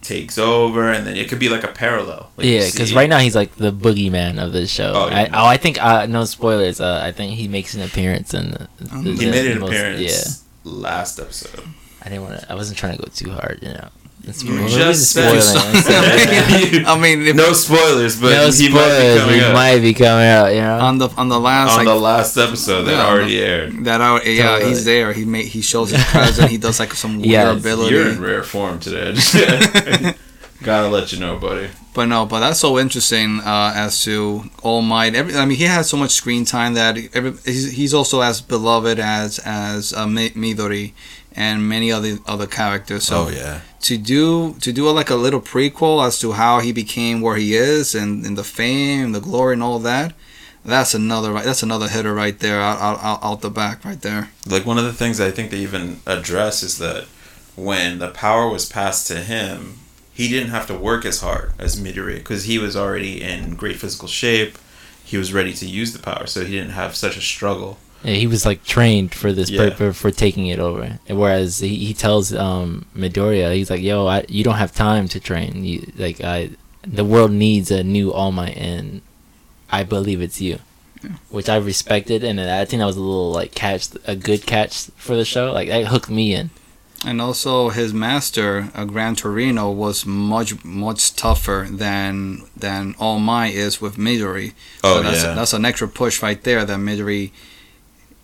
takes over, and then it could be like a parallel. Like you yeah, because see- right now he's like the boogeyman of this show. Oh, Oh, yeah. I, oh, I think uh, no spoilers. Uh, I think he makes an appearance in. The, Um, the- he made an most- appearance. Yeah, Last episode. I didn't want to. I wasn't trying to go too hard. You know, it's You we're just said- spoiling. just- <laughs> <laughs> I mean, if, No spoilers, <laughs> but no he might be spoilers. coming He up might be coming out. You know. on the on the last on like the last episode that Yeah, on already aired. that out, eh, yeah, Totally. he's there. He ma- he shows his presence. He does like some weird Yeah, it's- ability. You're in rare form <laughs> today. <laughs> Gotta let you know, buddy. But no, but that's so interesting uh, as to All Might. Every, I mean, he has so much screen time that every, he's, he's also as beloved as as uh, Mi- Midori and many other other characters. So Oh, yeah. to do to do like a little prequel as to how he became where he is and, and the fame, the glory, and all that. That's another right. That's another hitter right there, out, out, out, out the back, right there. like one of the things I think they even address is that when the power was passed to him, he didn't have to work as hard as Midori because he was already in great physical shape. He was ready to use the power, so he didn't have such a struggle. Yeah, he was like trained for this Yeah. purpose for taking it over. Whereas he, he tells um, Midoriya, he's like, "Yo, I, you don't have time to train. You, like, I, the world needs a new All Might, and I believe it's you." Which I respected, and I think that was a little like catch, a good catch for the show. Like that hooked me in. And also, his master, uh, Gran Torino, was much much tougher than than All Might is with Midori. Oh, so that's, that's an extra push right there that Midori.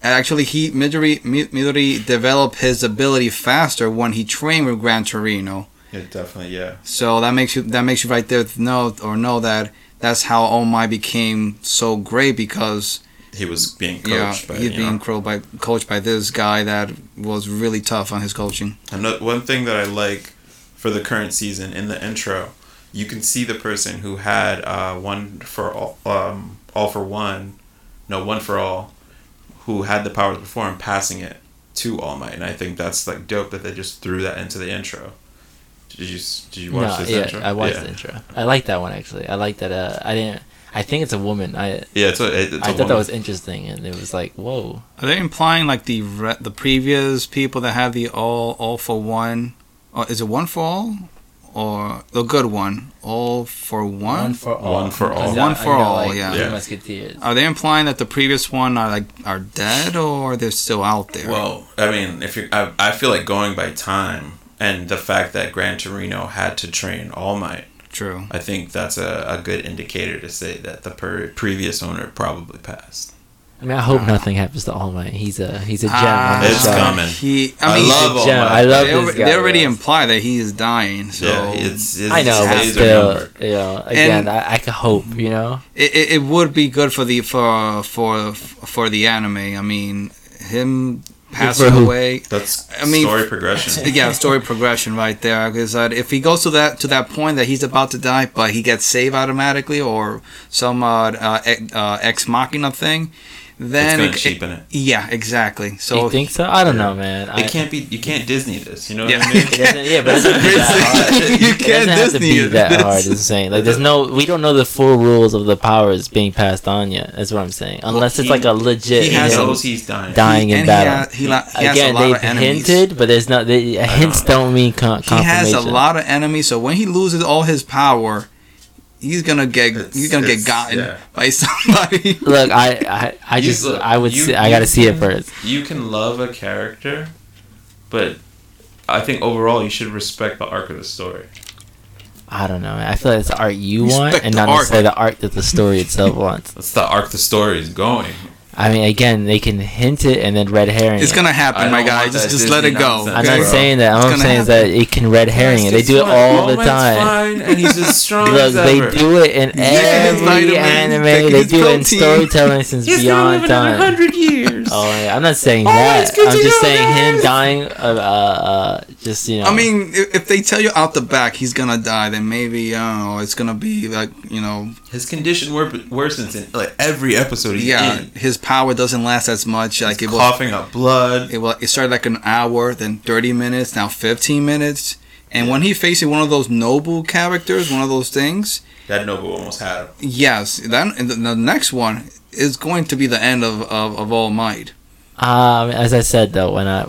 Actually, he Midori Mi- Midori developed his ability faster when he trained with Gran Torino. yeah, definitely, yeah. So that makes you that makes you right there know or know that that's how All Might became so great because He was being yeah, coached by he's you know. being coached by coached by this guy that was really tough on his coaching. Another one thing that I like for the current season in the intro, you can see the person who had uh, one for all, um, all for one, no one for all, who had the powers before and passing it to All Might, and I think that's like dope that they just threw that into the intro. Did you s- did you watch No, this yeah, intro? I watched yeah. the intro. I like that one actually. I like that. Uh, I didn't. I think it's a woman. I Yeah, it's a, it- it's a I thought that woman. was interesting, and it was like, whoa. Are they implying like the re- the previous people that had the all all for one, or is it one for all, or the good one all for one? for One for all. Is that- One for you know, all, like, yeah. Three Yeah. Musketeers. are they implying that the previous one are like are dead or they're still out there? Well, I mean, if you, I, I feel like going by time and the fact that Gran Torino had to train All Might. True. I think that's a, a good indicator to say that the per- previous owner probably passed. I mean, I hope nothing happens to All Might. He's a he's a gem. on Ah, the It's show. coming. He, I I mean, love He's a All gem. Might. I love they, this alre- guy. they already yeah. imply that he is dying. So yeah, it's, it's I know, but days are still, numbered. you know, again, And- I, I could hope, you know. it, it, it would be good for the for for for the anime. I mean, him passing who? away. That's I mean- story <laughs> progression. yeah, story progression right there. Because uh, if he goes to that to that point that he's about to die, but he gets saved automatically or some uh, uh, e- uh, ex machina thing, it's then gonna it- cheapen it. yeah, exactly. So you think so? I don't know, man. I, It can't be. You can't Disney this. You know what Yeah. I mean? <laughs> it doesn't- yeah, but it doesn't <laughs> be that hard. You It can't doesn't have to be Disney it. that hard. It's insane. Like, there's no, we don't know the full rules of the powers being passed on yet. That's what I'm saying. Unless Well, he- it's like a legit He you has know, those. He's dying. dying in and battle. He, ha- he, la- he has again, a lot they of enemies. hinted, but there's not. They, hints don't mean con- he confirmation. has a lot of enemies. So when he loses all his power, he's gonna get It's- he's gonna get it's- gotten yeah. by somebody. <laughs> Look, I, I, I You- just, look, I would, you- see, I you gotta see it can- first. You can love a character, but I think overall you should respect the arc of the story. I don't know. Man. I feel like it's the art you want, Respect and the not art. necessarily the art that the <laughs> story itself wants. That's the arc the story is going. I mean, again, they can hint it and then red herring. it's it. gonna I happen, don't my guy. want Just that just Disney let it go. nonsense, I'm Okay. not bro. saying that. All I'm gonna saying is that it can red herring it. They do it all the time. Fine, and he's <laughs> as strong Look, they do it in his every vitamin, anime. taking They his do it in protein. <laughs> storytelling since beyond time. years. Oh, yeah, I'm not saying Oh, it's that. good I'm to just know, saying him guys. dying. Uh, uh, uh, just you know. I mean, i- if they tell you out the back he's gonna die, then maybe I don't know. It's gonna be like you know, His condition wor- worsens in like every episode he's yeah, in. his power doesn't last as much. like He's it was, coughing up blood. it was, it started like an hour, then thirty minutes, now fifteen minutes. And when he faces one of those noble characters, one of those things, That noble almost had him. yes, then and the, the next one is going to be the end of of, of All Might. Uh, Um, as I said though, when I,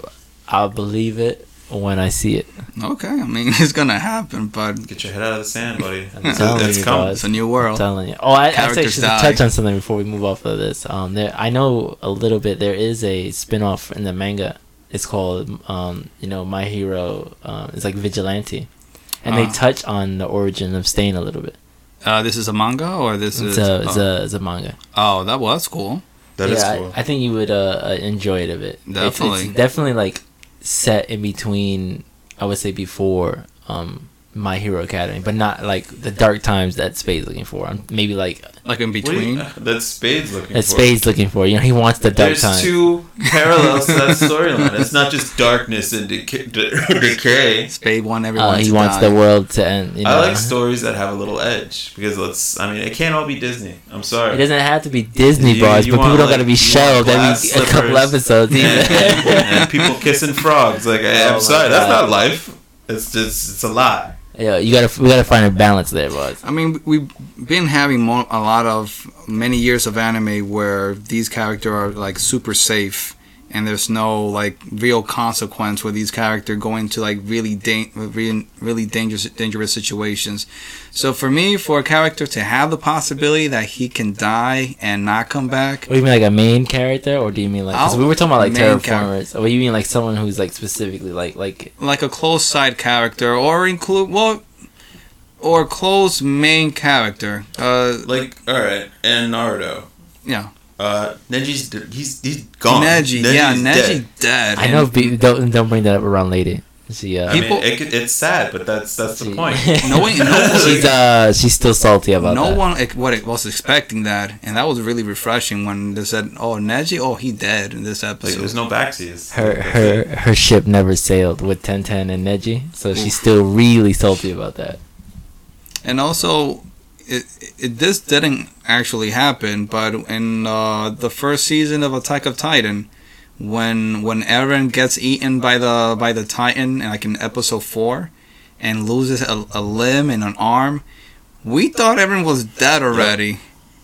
I'll believe it when I see it. Okay, I mean <laughs> it's gonna happen, but Get your head out of the sand, <laughs> buddy. I'm telling It's you, coming. dog. it's a new world. telling you. Oh, I, I actually Characters should die. touch on something before we move off of this. Um, there, I know a little bit. There is a spin-off in the manga. It's called, um, you know, My Hero. Um, it's like Vigilante, and Ah. they touch on the origin of Stain a little bit. Uh, this is a manga or this It's is a, it's oh, a, it's a manga. oh, that was cool. That is yeah, I- cool. I, think you would uh, uh, enjoy it a bit. It's- It's, Definitely. definitely like set in between. I would say before um, My Hero Academy, but not like the dark times that Spade's looking for. Um, Maybe like Like in What do you- uh, between. that Spade's looking that for. Spade's looking for. You know, he wants the dark There's times. <laughs> two parallels to that storyline. It's not just darkness and deca- <laughs> de- decay. Spade won everyone. uh, he to wants die. the world to end. You know? I like stories that have a little edge because let's. I mean, it can't all be Disney. I'm sorry. It doesn't have to be Disney, You- bros, you but people want, don't gotta like- be you shelved want every glass <laughs> a couple slippers episodes and, <laughs> either. <laughs> and people kissing frogs. Like, I, Oh my I'm sorry, that's God. not life. It's just, it's a lie. yeah, you gotta we gotta find a balance there, bros. I mean, we've been having more, a lot of many years of anime where these characters are like super safe, and there's no like real consequence where these characters go into like really da- really, really dangerous dangerous situations. So for me, for a character to have the possibility that he can die and not come back, What do you mean, like a main character, or do you mean like? Because we were talking about like Main terraformers. What do you mean, like someone who's like specifically like like? like a close side character or include well, or close main character, uh, Like, all right, and Naruto. Yeah. Uh, Neji's d- he's he's gone. Neji, yeah, Neji's Neji dead. dead. I know. Be, don't don't bring that up around lady. She uh. I mean, People- it, could- it's sad, but that's that's the she- <laughs> point. <laughs> No one- <laughs> no one- she's uh she's still salty about no that. one ex- what it was expecting that, and that was really refreshing when they said, "Oh, Neji, oh, he dead in this Like, episode." there's no backseas. her her her ship never sailed with Ten Ten and Neji, so she's still really salty about that. and also, it, it, this didn't actually happen, but in uh, the first season of Attack of Titan, when when Eren gets eaten by the by the Titan, and like in episode four, and loses a, a limb and an arm, we thought Eren was dead already.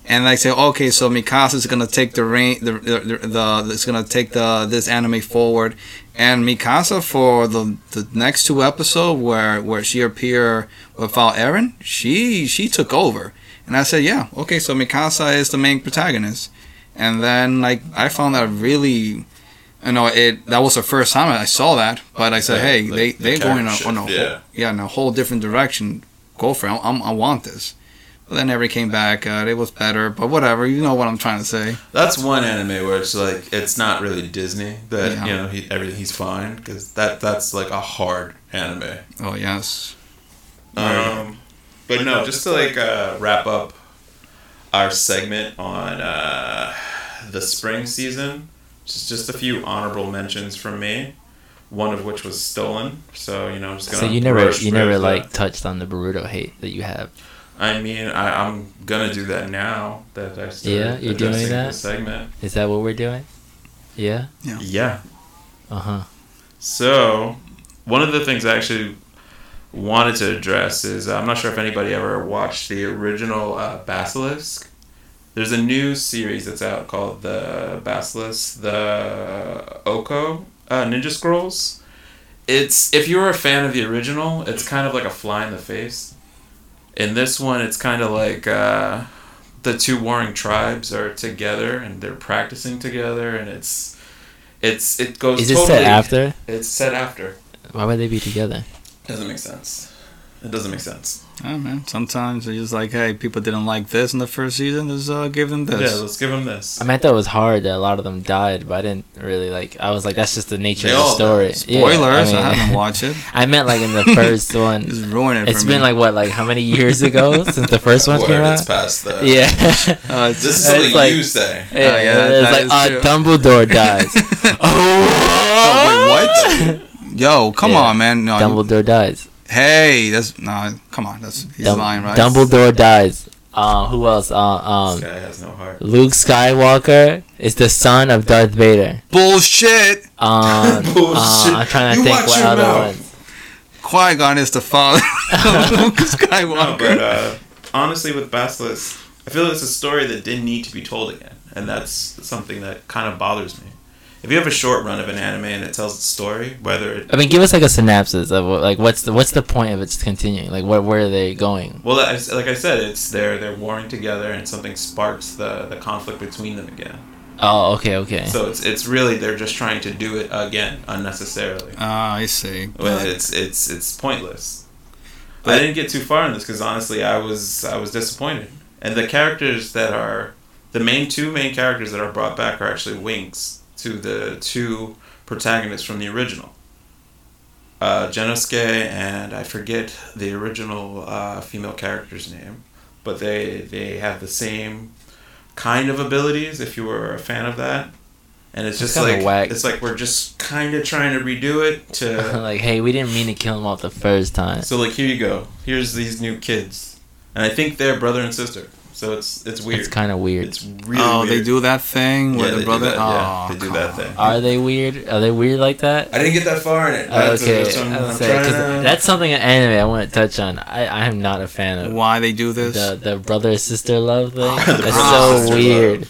and like say, okay, so Mikasa's gonna take the rain, the the, the, the it's gonna take the this anime forward, and Mikasa for the the next two episodes where where she appear without Eren, she she took over, and I said, yeah, okay, so Mikasa is the main protagonist, and then like I found that really. You know, it that was the first time I saw that, but I said, Yeah, "Hey, the- they the they going character on, on a shift, whole, yeah. yeah, in a whole different direction. Go for it. I, I want this." But then never came back. Uh, it was better, but whatever. You know what I'm trying to say. That's one anime where it's like it's not really Disney that Yeah. you know he, everything he's fine because that that's like a hard anime. Oh yes. Um, but no, just to like uh, wrap up our segment on uh, the spring season, just just a few honorable mentions from me. One of which was stolen, so you know I'm just gonna. So you never rush you through never that. like touched on the Boruto hate that you have. I mean, I, I'm gonna do that now that I started Yeah, you're doing addressing that? this segment. Is that what we're doing? Yeah. Yeah. Uh huh. So, one of the things I actually wanted to address is uh, I'm not sure if anybody ever watched the original uh, Basilisk. There's a new series that's out called the Basilisk, the Oko uh, Ninja Scrolls. It's if you were a fan of the original, it's kind of like a fly in the face. In this one, it's kind of like uh, the two warring tribes are together and they're practicing together, and it's it's it goes. Is it totally, set after? it's set after. Why would they be together? Doesn't make sense. It doesn't make sense. I don't know. Sometimes it's just like, hey, people didn't like this in the first season. Let's uh, give them this. Yeah, let's give him this. I mean, I thought it was hard that a lot of them died, but I didn't really like. I was like, that's just the nature They of the all story. Yeah, Spoilers. I, mean, <laughs> haven't watched it. I meant like in <laughs> the first one. Just ruin it. It's for been me. like what, like how many years ago since the first one came out? past the. Yeah. <laughs> Uh, it's- This is It's something like- you say. <laughs> yeah, yeah, it's that like is uh, true. Dumbledore dies. <laughs> oh, Oh, <laughs> <laughs> wait, Yo, come Yeah. on, man. No, you- Dumbledore dies. hey, that's nah. Come on, that's he's Dum- lying, right? Dumbledore dies. Uh, who else? Uh, um, This guy has no <laughs> heart. Luke Skywalker is the son of Darth Vader. Bullshit. <laughs> Um, Bullshit. uh, I'm trying to Oh, You think watch what your other mouth. ones. Qui Gon is the father <laughs> of Luke No, Skywalker. but uh, honestly, with Basilisk, I feel it's a story that didn't need to be told again, and that's something that kind of bothers me. if you have a short run of an anime and it tells its story, whether it I mean, give us like a synopsis of what- like what's the what's the point of its continuing? Like where where are they going? well, I- like I said, it's they're they're warring together and something sparks the the conflict between them again. Oh, okay, okay. <laughs> So it's it's really they're just trying to do it again unnecessarily. Ah, I see. Well, But- it's it's it's pointless. But- I didn't get too far in this because honestly, I was I was disappointed. And the characters that are the main two main characters that are brought back are actually winks to the two protagonists from the original. Uh, Genosuke and I forget the original uh, female character's name, but they they have the same kind of abilities. If you were a fan of that, and it's That's just kinda like whack. it's like we're just kind of trying to redo it <laughs> to like, hey, we didn't mean to kill him off the first time. uh, so like here you go. Here's these new kids, and I think they're brother and sister. So it's it's weird. It's kind of weird. It's really oh, weird. they do that thing where Yeah, they the do brother. that, oh, yeah, they do come that on. thing. Are they weird? Are they weird like that? I didn't get that far in it. That's okay, that's what I'm- I would I'm say, 'cause trying to- that's something in anime I want to touch on. I, I am not a fan of Why they do this? the the brother sister <laughs> love thing. That's brother-sister so love. weird.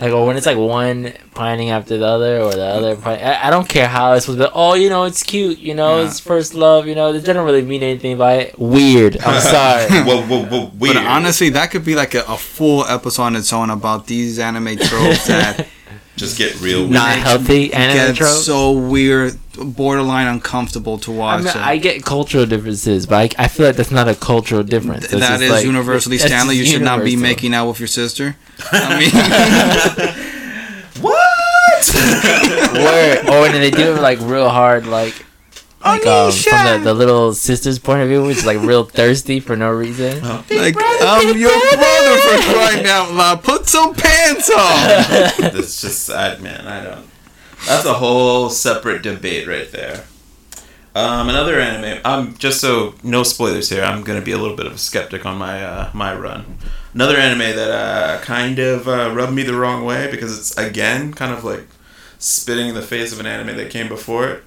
Like or when it's like one pining after the other or the other pining. I, I don't care how it's supposed to be. Oh, you know, it's cute. You know, Yeah. it's first love. You know, it doesn't really mean anything by it. Weird. <laughs> I'm <laughs> sorry. whoa, whoa, whoa, weird. But honestly, that could be like a, a full episode on its own about these anime <laughs> tropes that just get real. Weird. Not healthy anime get tropes. so weird, borderline uncomfortable to I, watch. mean, it. I get cultural differences, but I, I feel like that's not a cultural difference. It's that just is like- <laughs> universally that's Stanley. You just should not be universal. making out with <laughs> your sister. I mean, what? Word. <laughs> Or when they do it like real hard, like, like um, from the, the little sister's point of view, which is like real thirsty for no reason. like I'm your brother for crying out loud. Put some pants <laughs> on. That's just I, man. I don't. That's a whole separate debate right there. Um, another anime. I'm just so no spoilers here. I'm gonna be a little bit of a skeptic on my uh, my run. Another anime that uh, kind of uh, rubbed me the wrong way because it's again kind of like spitting in the face of an anime that came before it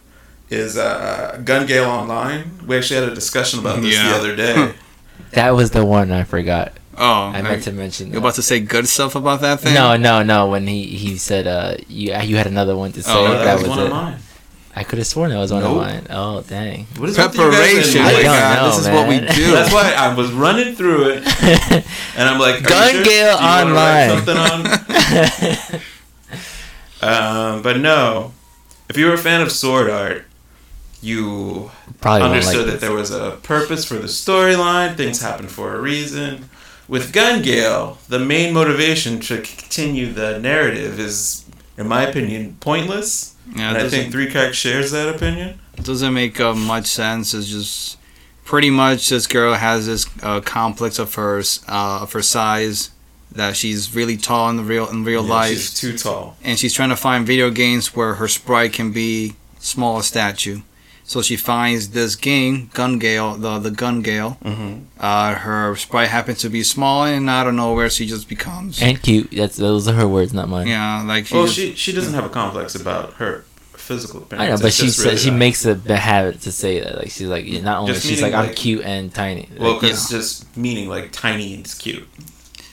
is uh, Gun Gale Online. We actually had a discussion about this Yeah. the other <laughs> day. That was the one I forgot. Oh, I meant to mention. You're That. about to say good stuff about that thing? no, no, no. When he, he said, uh, you you had another one to say. Oh, Oh, that, that was was, one it. of mine. I could have sworn that was one Nope. of mine. <laughs> Oh, dang. <laughs> What is with you guys and, Preparation. I my like, don't God, this is know, what we <laughs> man. do. That's why I was running through it. And I'm like, are you Gun sure? Gale Do you wanna write Online. Something <laughs> on. um, but no, if you were a fan of Sword Art, you Probably won't understood like that there was a purpose for the storyline. Things happen for a reason. With Gun Gale, the main motivation to continue the narrative is, in my opinion, pointless. Yeah, and it I doesn't, think Three Crack shares that opinion. doesn't make uh, much sense. It's just pretty much this girl has this uh, complex of her s- uh, of her size that she's really tall in the real in real Yeah, life, She's too tall. and she's trying to find video games where her sprite can be small as statue. So she finds this game, Gun Gale, the the Gun Gale. Mm-hmm. Uh, her sprite happens to be small, and out of nowhere she just becomes. And cute. That's those are her words, not mine. Yeah, like she Well, just- she she doesn't have a complex about her physical appearance. I know, but It's she just said really she that. makes it a habit to say that. Like she's like not only Just she's meaning, like, I'm like- cute and tiny. Like, Well, 'cause it's just meaning like tiny and it's cute.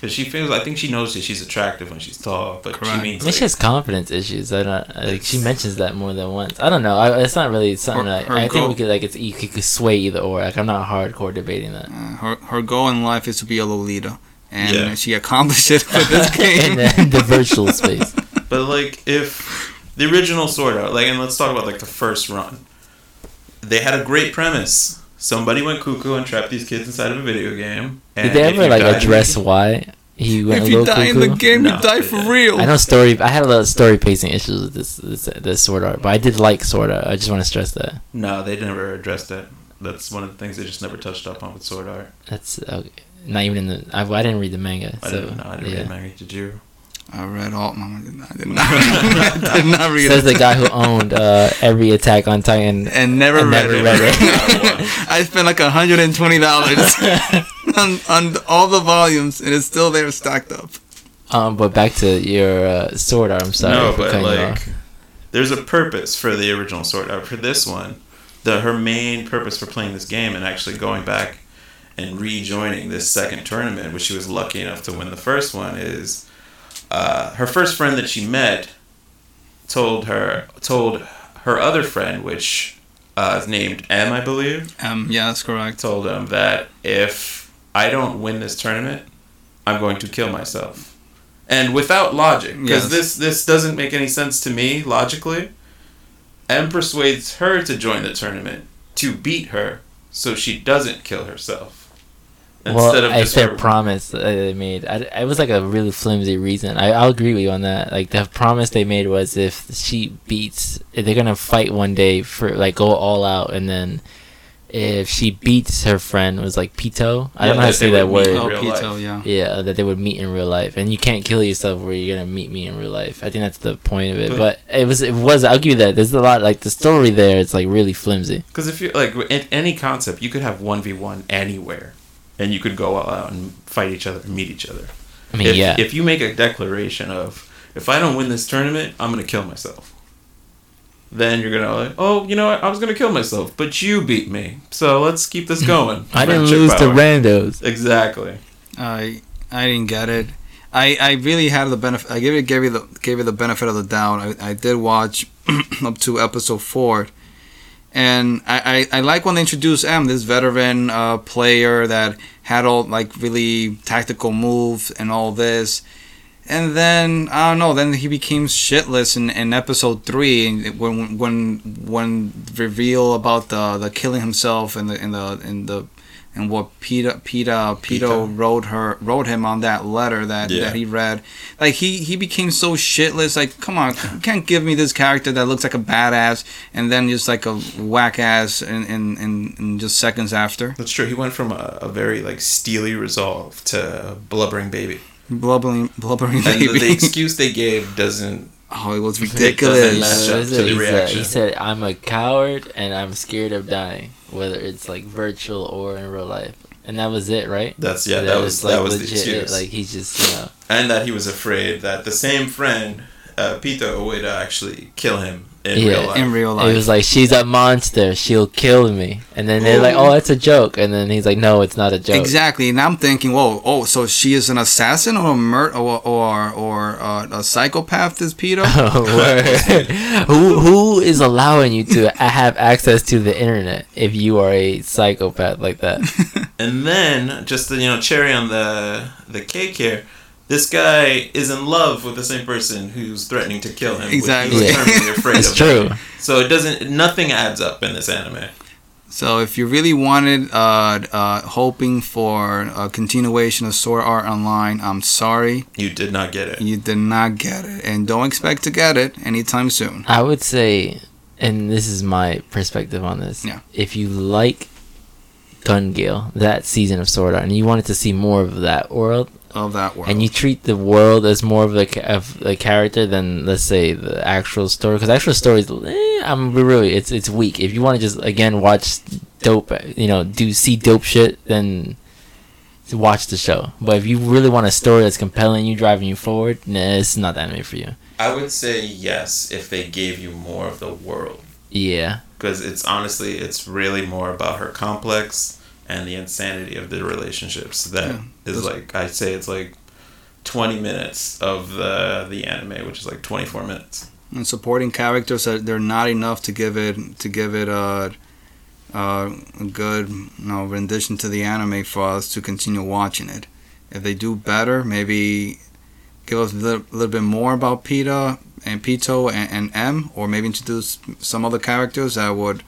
Because she feels, I think she knows that she's attractive when she's tall, but Correct. she means I mean, like, she has confidence issues. I don't like. She mentions that more than once. I don't know. I, it's not really something Her- that her I think goal- we could like. It's you could, could sway either or. Like I'm not hardcore debating that. Uh, her her goal in life is to be a Lolita, and Yeah. she accomplished it <laughs> <laughs> with <laughs> this In game. the, the virtual space, But like if the original Sword Art, like, and let's talk about like the first run. They had a great premise. Somebody went cuckoo and trapped these kids inside of a video game. And did they if you ever like died- address why he went if a you little die cuckoo? in the game, No, you die but, for yeah. real. I know story. I had a lot of story pacing issues with this this, this sword art, but I did like sword art. I just want to stress that. No, they never addressed it. That's one of the things they just never touched up on with Sword Art. That's uh, not even in the. I, I didn't read the manga, I so didn't know. I didn't yeah. read manga. Did you? I read all. No, I did not. I did not, <laughs> I did not read Says it. the guy who owned uh, every Attack on <laughs> Titan. <laughs> and never and read never it. read it. <laughs> I spent like hundred and <laughs> twenty dollars on, on all the volumes, and it's still there stocked up. Um, but back to your uh, sword art. I'm sorry no, for but cutting you like, off. there's a purpose for the original Sword Art. For this one, the her main purpose for playing this game and actually going back and rejoining this second tournament, which she was lucky enough to win the first one, is uh, her first friend that she met told her told her other friend, which uh, is named M, I believe, Um, yeah, that's correct. told him that if I don't win this tournament, I'm going to kill myself. And without logic, because Yes. this this doesn't make any sense to me logically. M persuades her to join the tournament to beat her, so she doesn't kill herself. well, I her- said promise that they made. I, it was like a really flimsy reason. I, I'll agree with you on that. Like the promise they made was if she beats, if they're gonna fight one day for like go all out, and then if she beats her friend it was like Pito. I Yeah, don't know that how to say they that would word. meet Oh, real Pito, life. yeah. Yeah, that they would meet in real life, and you can't kill yourself where you're gonna meet me in real life. I think that's the point of it. But- But, it was, it was. I'll give you that. There's a lot like the story there. It's like really flimsy. Because if you like in any concept, you could have one v one anywhere, and you could go all out and fight each other, meet each other. I mean, if, yeah. if you make a declaration of if I don't win this tournament, I'm gonna kill myself. Then you're gonna like, oh, you know what? I was gonna kill myself, but you beat me, so let's keep <laughs> this going. I didn't Friendship lose to power. randos. Exactly. I I didn't get it. I, I really had the benefit. I gave it gave you the gave you the benefit of the doubt. I, I did watch <clears throat> up to episode four, and I, I, I like when they introduce M, this veteran uh, player that had all like really tactical moves and all this. And then I don't know. Then he became shitless in, in episode three, and when when when reveal about the, the killing himself and the and the and the and what Peta Peta Pito wrote her wrote him on that letter that, Yeah. that he read. Like he he became so shitless. Like come on, you can't give me this character that looks like a badass and then just like a whack ass in in, in, in just seconds after That's true. He went from a, a very like steely resolve to blubbering <laughs> baby, blubbering blubbering and the, the baby. excuse they gave doesn't. <laughs> oh, it <laughs> was doesn't ridiculous. match Yeah, up that's to the what he said. reaction. He said, "I'm a coward and I'm scared of dying, whether it's like virtual or in real life." And that was it, right? That's yeah. That, was that was the it. excuse. Like he's just, you know, and that he was afraid that the same friend, uh, Pito, would actually kill him in Yeah, real life. in real it life. was like she's a monster. She'll kill me. And then they're like, "Oh, that's a joke." And then he's like, "No, it's not a joke." <laughs> Exactly, and I'm thinking, whoa, oh, so she is an assassin or a mur- or or, or uh, a psychopath, this <laughs> Peter? Oh, Word. who who is allowing you to a- have access to the internet if you are a psychopath like that? and then just the you know cherry on the the cake here. This guy is in love with the same person who's threatening to kill him. which he was Exactly. Yeah. terminally afraid It's of. true. So it doesn't. Nothing adds up in this anime. So if you really wanted, uh, uh, hoping for a continuation of Sword Art Online, I'm sorry, You did not get it. you did not get it, and don't expect to get it anytime soon. I would say, and this is my perspective on this. Yeah. If you like Gun Gale, that season of Sword Art, and you wanted to see more of that world, Of that world, and you treat the world as more of a, ca- of a character than, let's say, the actual story, because actual story is, eh, I'm really, it's it's weak. If you want to just again watch dope, you know, do see dope shit, then watch the show. But if you really want a story that's compelling you, driving you forward, nah, it's not the anime for you. I would say yes if they gave you more of the world, Yeah. because it's honestly it's really more about her complex and the insanity of the relationships. That Yeah. is like I'd say it's like twenty minutes of the the anime, which is like twenty four minutes. and supporting characters that they're not enough to give it to give it a, a good you know, rendition to the anime for us to continue watching it. If they do better, maybe give us a little, little bit more about Peta and Pito and, and M, or maybe introduce some other characters that would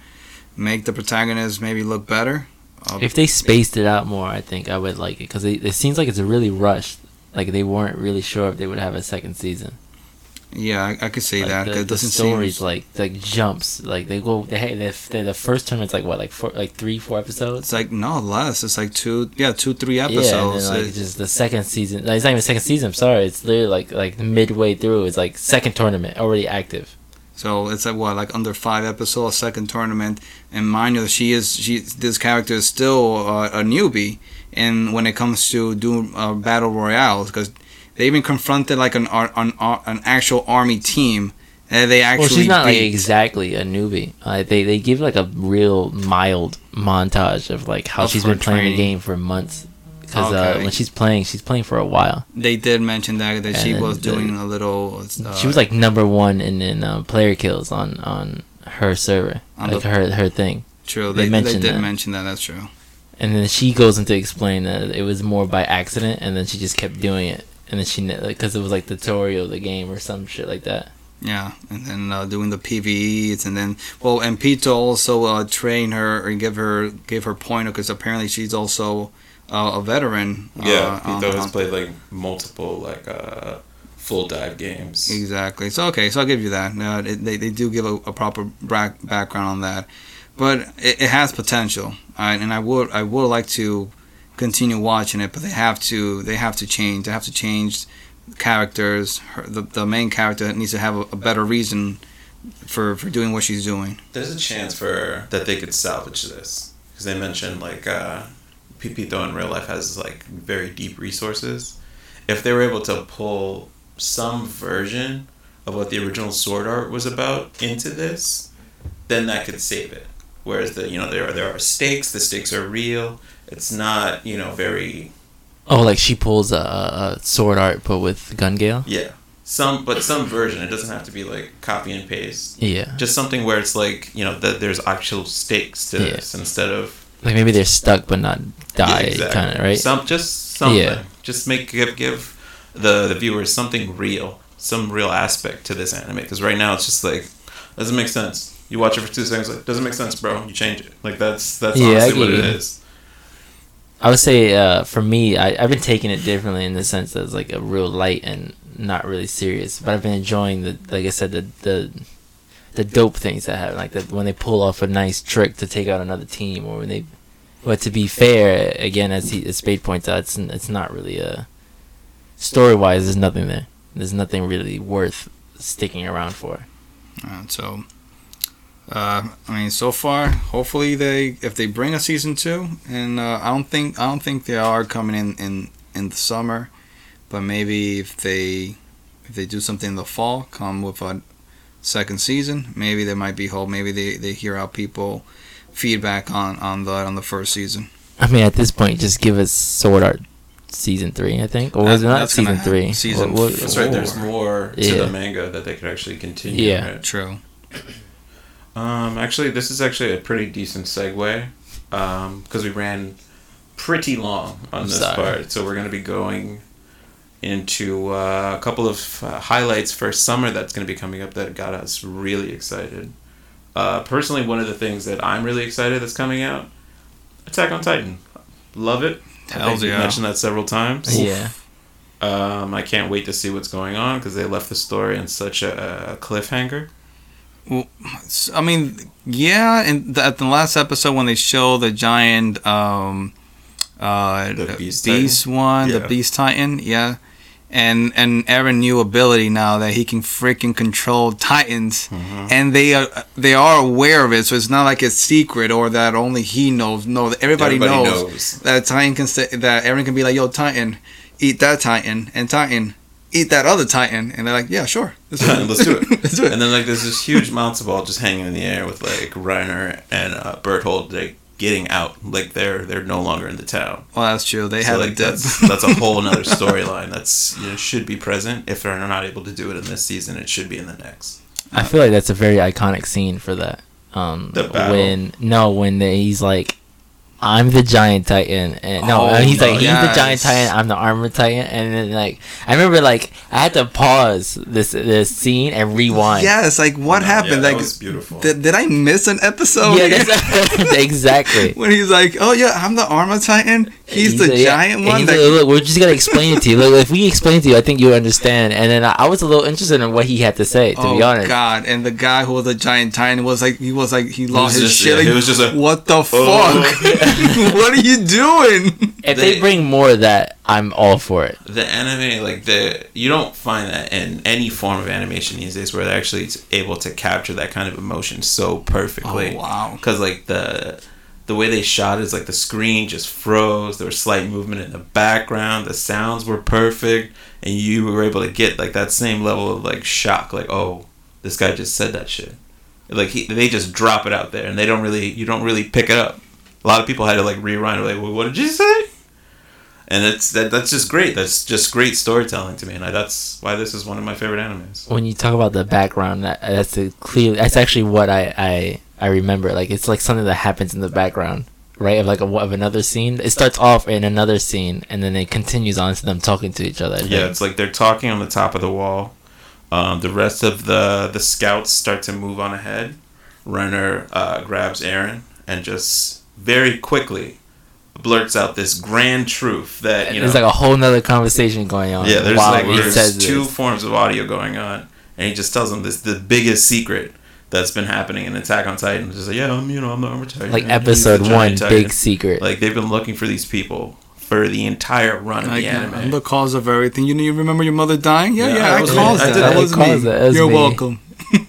make the protagonist maybe look better. Uh, If they spaced it out more, I think I would like it because it, it seems like it's really rushed. Like they weren't really sure if they would have a second season. yeah, I, I could see Like, that. the, 'cause it the doesn't stories seem, like like jumps. Like they go. They, hey, the, the, the first tournament's like what like four like three four episodes. it's like no less. It's like two, yeah, two, three Yeah, and episodes. then like It- just the second season. Like, it's not even second season. I'm sorry. It's literally like like midway through. It's like second tournament already active. So it's like what, like under five episodes, second tournament, and mind you, she is she this character is still uh, a newbie, and when it comes to do uh, battle royales, because they even confronted like an ar- an ar- an actual army team, and they actually well, she's not like beat. exactly a newbie. Uh, they they give like a real mild montage of like how Of she's her been playing the training. game for months. because uh, Okay. when she's playing, she's playing for a while. They did mention that that she And was the- doing a little. Uh, she was like number one in, in uh, player kills on on her server, On like the- her her thing. they true. They, they, mentioned did that. mention that. That's true. And then she goes into explain that it was more by accident, and then she just kept doing it. And then she because it was like tutorial of the game or some shit like that. Yeah, and then uh, doing the PVEs, and then well, and Pito also uh, train her or give her give her pointer because apparently she's also uh, a veteran. Yeah, uh, on- Pito has on- played like multiple like uh, full dive games. Exactly. So okay, so I'll give you that. No, it, they they do give a, a proper bra- background on that, but it, it has potential, I, and I would I would like to continue watching it, but they have to they have to change they have to change characters. Her, the the main character needs to have a, a better reason for for doing what she's doing. There's a chance for that they could salvage this because they mentioned like uh, Pipito in real life has like very deep resources. If they were able to pull some version of what the original Sword Art was about into this, then that could save it. Whereas the you know there are, there are stakes. The stakes are real. It's not you know very Oh, like she pulls a, a a sword art but with gun gale. yeah some but some version. It doesn't have to be like copy and paste. Yeah, Just something where it's like you know that there's actual stakes to Yeah. this instead of like maybe they're stuck but not die, Yeah, exactly. kind of right. Some just something. Yeah. Just make give give the the viewers something real, some real aspect to this anime. Because right now it's just like doesn't make sense. You watch it for two seconds, like doesn't make sense, bro. You change it. Like that's that's Yeah, I honestly what get it you. is. I would say uh, for me, I, I've been taking it differently in the sense that it's like a real light and not really serious. But I've been enjoying the, like I said, the the, the dope things that happen, like the, when they pull off a nice trick to take out another team, or when they. But to be fair, again, as, he, as Spade points out, it's n- it's not really a story wise. There's nothing there. There's nothing really worth sticking around for. Uh, so, uh, I mean, so far, hopefully they if they bring a season two, and uh, I don't think I don't think they are coming in in in the summer, but maybe if they if they do something in the fall, come with a second season, maybe there might be hope. Maybe they they hear out people feedback on on the on the first season. I mean, at this point, just give us Sword Art season three, I think, or was That- it not that's gonna season happen. three? Season What- what- That's right. There's Four. more to the Yeah. manga that they could actually continue. Yeah. right? True. Um, actually, this is actually a pretty decent segue because we ran pretty long on I'm this sorry. part. So we're going to be going into uh, a couple of uh, highlights for summer that's going to be coming up that got us really excited. Uh, personally, one of the things that I'm really excited that's coming out Attack on Titan. Love it. I Hells think you yeah. mentioned that several times. Yeah. Um, I can't wait to see what's going on because they left the story in such a, a cliffhanger. S- I mean, yeah, and th- at the last episode when they show the giant, um, uh, The the Beast beast, one, Yeah. the beast titan, yeah, and and Aaron new ability now that he can freaking control titans, Mm-hmm. and they are they are aware of it, so it's not like it's secret or that only he knows. No, that everybody, Everybody knows, knows. that Titan can say that Aaron can be like, "Yo, Titan, eat that Titan," and Titan. Eat that other Titan, and they're like, "Yeah, sure, <laughs> Let's do it. <laughs> Let's do it." And then like there's this huge matzo ball just hanging in the air with like Reiner and uh, Berthold like getting out. Like they're they're no longer in the town. Well, that's true. They So had like a dead. that's that's a whole <laughs> another storyline that's you know should be present. If they're not able to do it in this season, it should be in the next. I feel like that's a very iconic scene for that. Um, The battle. When no, when they, he's like, "I'm the giant titan," and no, Oh, and he's no, like, "He's the giant yes. titan. I'm the armored titan." And then like, I remember like I had to pause this this scene and rewind. Yes, like what Oh, No, yeah, happened? that like, was beautiful. Did, did I miss an episode? yeah, that's, <laughs> exactly. <laughs> when he's like, "Oh yeah, I'm the armor titan. He's, the a- yeah. giant And one." he's that- like, look, we're just gonna explain it to you. Look, if we explain it to you, I think you understand. And then I, I was a little interested in what he had to say. To oh be honest, God! And the guy who was the giant titan was like, he was like, he lost was his just- shit. yeah, like, he was just Oh. like, "What the <laughs> fuck? <laughs> what are you doing?" if they, they- bring more of that, I'm all for it. The anime like the you don't find that in any form of animation these days where they're actually able to capture that kind of emotion so perfectly. Oh, wow. Because like the the way they shot is like the screen just froze. There was slight movement in the background. The sounds were perfect, and you were able to get like that same level of like shock. Like oh, this guy just said that shit. Like he, they just drop it out there, and they don't really you don't really pick it up. A lot of people had to like rewind. Like well, what did you say? and it's that that's just great. That's just great storytelling to me, and I, that's why this is one of my favorite animes. when you talk about the background that, that's a clear that's actually what I, I i remember like it's like something that happens in the background right of like a, of another scene it starts off in another scene and then it continues on to them talking to each other I think. Yeah, it's like they're talking on the top of the wall. Um, the rest of the the scouts start to move on ahead. Renner uh, grabs Aaron and just very quickly blurts out this grand truth that And you know. there's like a whole nother conversation going on Yeah, there's while like he there's says two this. forms of audio going on, and he just tells them this the biggest secret that's been happening in Attack on Titan. Just like yeah, I'm you know I'm, I'm retired. like I'm just a episode giant one titan." big secret Like they've been looking for these people for the entire run of Like, the anime. I'm the cause of everything. You know, you remember your mother dying? Yeah, Yeah, yeah, I I, was- caused I that. did That that. was I caused me. that. That was You're me. welcome.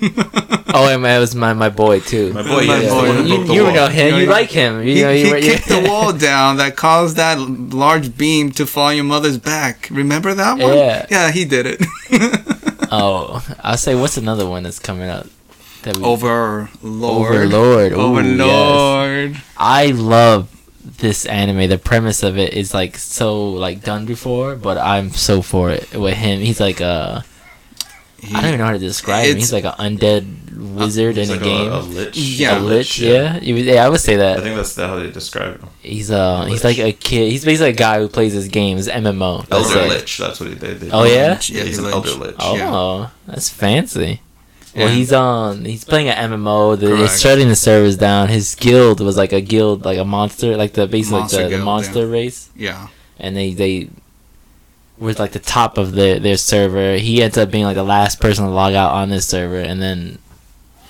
oh and it was my my boy too My boy, yeah, My he's the boy. one who you, broke the you wall. know him Yeah, you yeah. like him you He, know he you, kicked the <laughs> wall down that caused that l- large beam to fall on your mother's back. Remember that one? Yeah. Yeah, he did it. <laughs> <laughs> oh i'll say what's another one that's coming up that Oh. we Overlord. Overlord. Ooh, Overlord. I love this anime. The premise of it is like so like done before, but I'm so for it with him. He's like a I don't even know how to describe him. It's- He's like an undead wizard He's in like a game. A, lich. A Yeah. lich, yeah. You would- yeah, I would say I that. think that's the- how they describe him. He's uh, he's Lich. like a kid. He's basically a guy who plays his games, MMO. That's Elder it. lich. That's what he they, they Oh, yeah? yeah. He's an Lich. elder lich. Oh, Yeah. that's fancy. Well, Yeah. he's on. He's playing an MMO. The, they're Correct. shutting the servers down. His guild was like a guild, like a monster, like the basically Monster the, the guild, monster race. Yeah. and they they were like the top of their their server. He ends up being like the last person to log out on this server, and then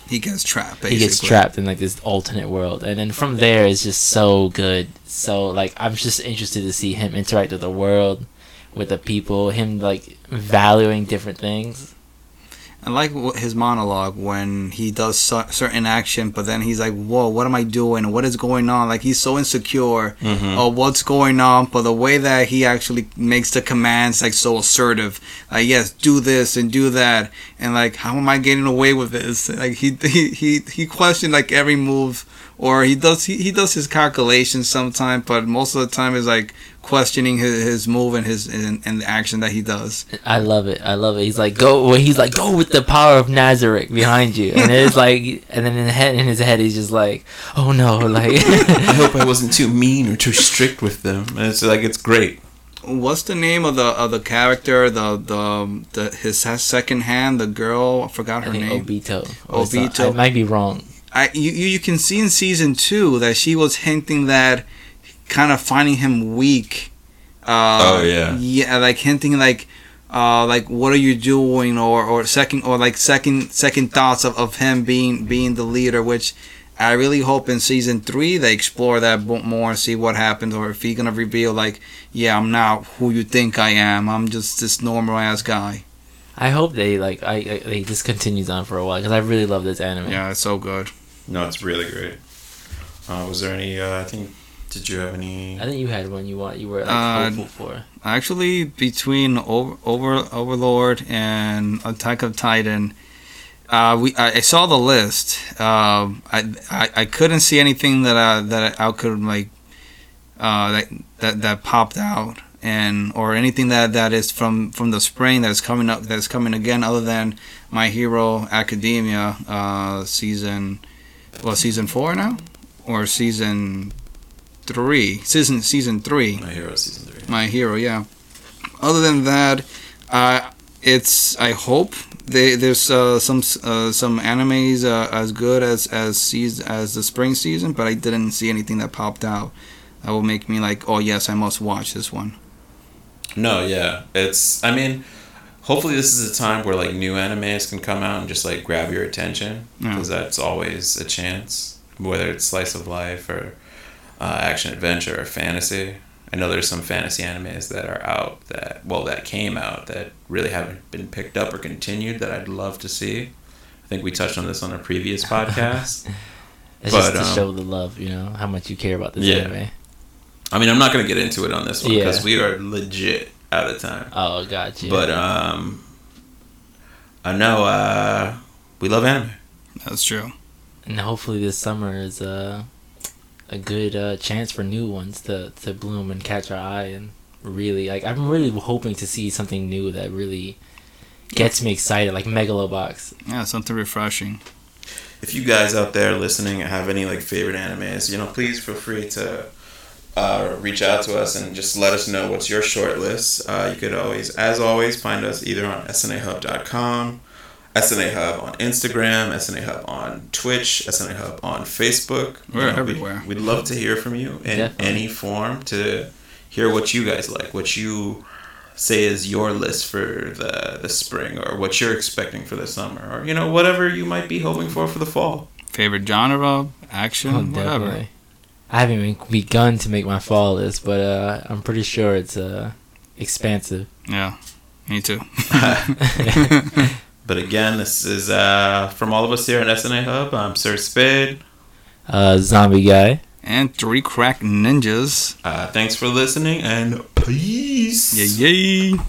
He gets trapped, he basically. gets trapped in like this alternate world. And then from there, it's just so good. So like, I'm just interested to see him interact with the world, with the people, him like valuing different things. I like wh- his monologue when he does cer- certain action, but then he's like, "Whoa, what am I doing? What is going on?" Like he's so insecure Mhm. Mm-hmm. of what's going on, but the way that he actually makes the commands like so assertive, like yes, do this and do that, and like how am I getting away with this? Like he he he, he questioned like every move, or he does he, he does his calculations sometimes, but most of the time is like questioning his, his move and his and, and the action that he does. I love it. I love it. He's like, go. Well, he's like, go with the power of Nazareth behind you. And it's like, and then in, the head, in his head, he's just like, oh no, <laughs> like. I hope I wasn't too mean or too strict with them. And it's like it's great. What's the name of the of the character? The the, the his se- second hand, the girl. I forgot I her think name. Obito. or some- Obito. I might be wrong. I you you you can see in season two that she was hinting that, kind of finding him weak. Uh, Oh, yeah. Yeah, like hinting like. Uh, like what are you doing or, or second or like second second thoughts of, of him being being the leader which i really hope in season three they explore that bo- more and see what happens or if he's gonna reveal like yeah i'm not who you think i am i'm just this normal ass guy I hope they like I, I they just continues on for a while because I really love this anime. yeah it's so good No, it's really great. Uh, was there any? Uh, I think. Did you have any? I think you had one you want you were like Uh, hopeful for. Actually, between over, over Overlord and Attack of Titan, uh, we I, I saw the list. Um I, I I couldn't see anything that I, that I could like uh, that, that that popped out and or anything that, that is from, from the spring that's coming up that's coming again other than My Hero Academia uh, season well season four now or season three season season three My Hero season three. my hero yeah other than that uh, it's i hope they, there's uh, some uh, some animes uh, as good as as season, as the spring season but i didn't see anything that popped out that will make me like oh yes i must watch this one No, yeah, it's. I mean, hopefully this is a time where like new animes can come out and just like grab your attention Yeah. because that's always a chance, whether it's slice of life or uh, action adventure or fantasy. I know there's some fantasy animes that are out that well that came out that really haven't been picked up or continued that I'd love to see. I think we touched on this on a previous podcast. It's but, just to um, show the love, you know, how much you care about this Yeah. anime. I mean, I'm not gonna get into it on this one Yeah. because we are legit out of time. Oh, gotcha. But um, I know uh, we love anime. that's true and hopefully this summer is uh, a good uh, chance for new ones to to bloom and catch our eye and really like I'm really hoping to see something new that really gets me excited, like Megalobox. Yeah, something refreshing. if you guys out there listening have any like favorite animes, you know, please feel free to uh, reach out to us and just let us know what's your short list. Uh, you could always, as always, find us either on snahub.com, SNA Hub on Instagram, SNA Hub on Twitch, SNA Hub on Facebook. We're we- everywhere. We'd love to hear from you in Definitely. any form to hear what you guys like, what you say is your list for the, the spring or what you're expecting for the summer or you know whatever you might be hoping for for the fall Favorite genre, action, Oh, whatever. definitely. I haven't even begun to make my fall list, but uh, I'm pretty sure it's uh, expansive. Yeah, me too. <laughs> But again, this is uh, from all of us here at SNA Hub. I'm Sir Spade. Uh, zombie guy. and three crack ninjas. Uh, thanks for listening and peace. Yeah, yay.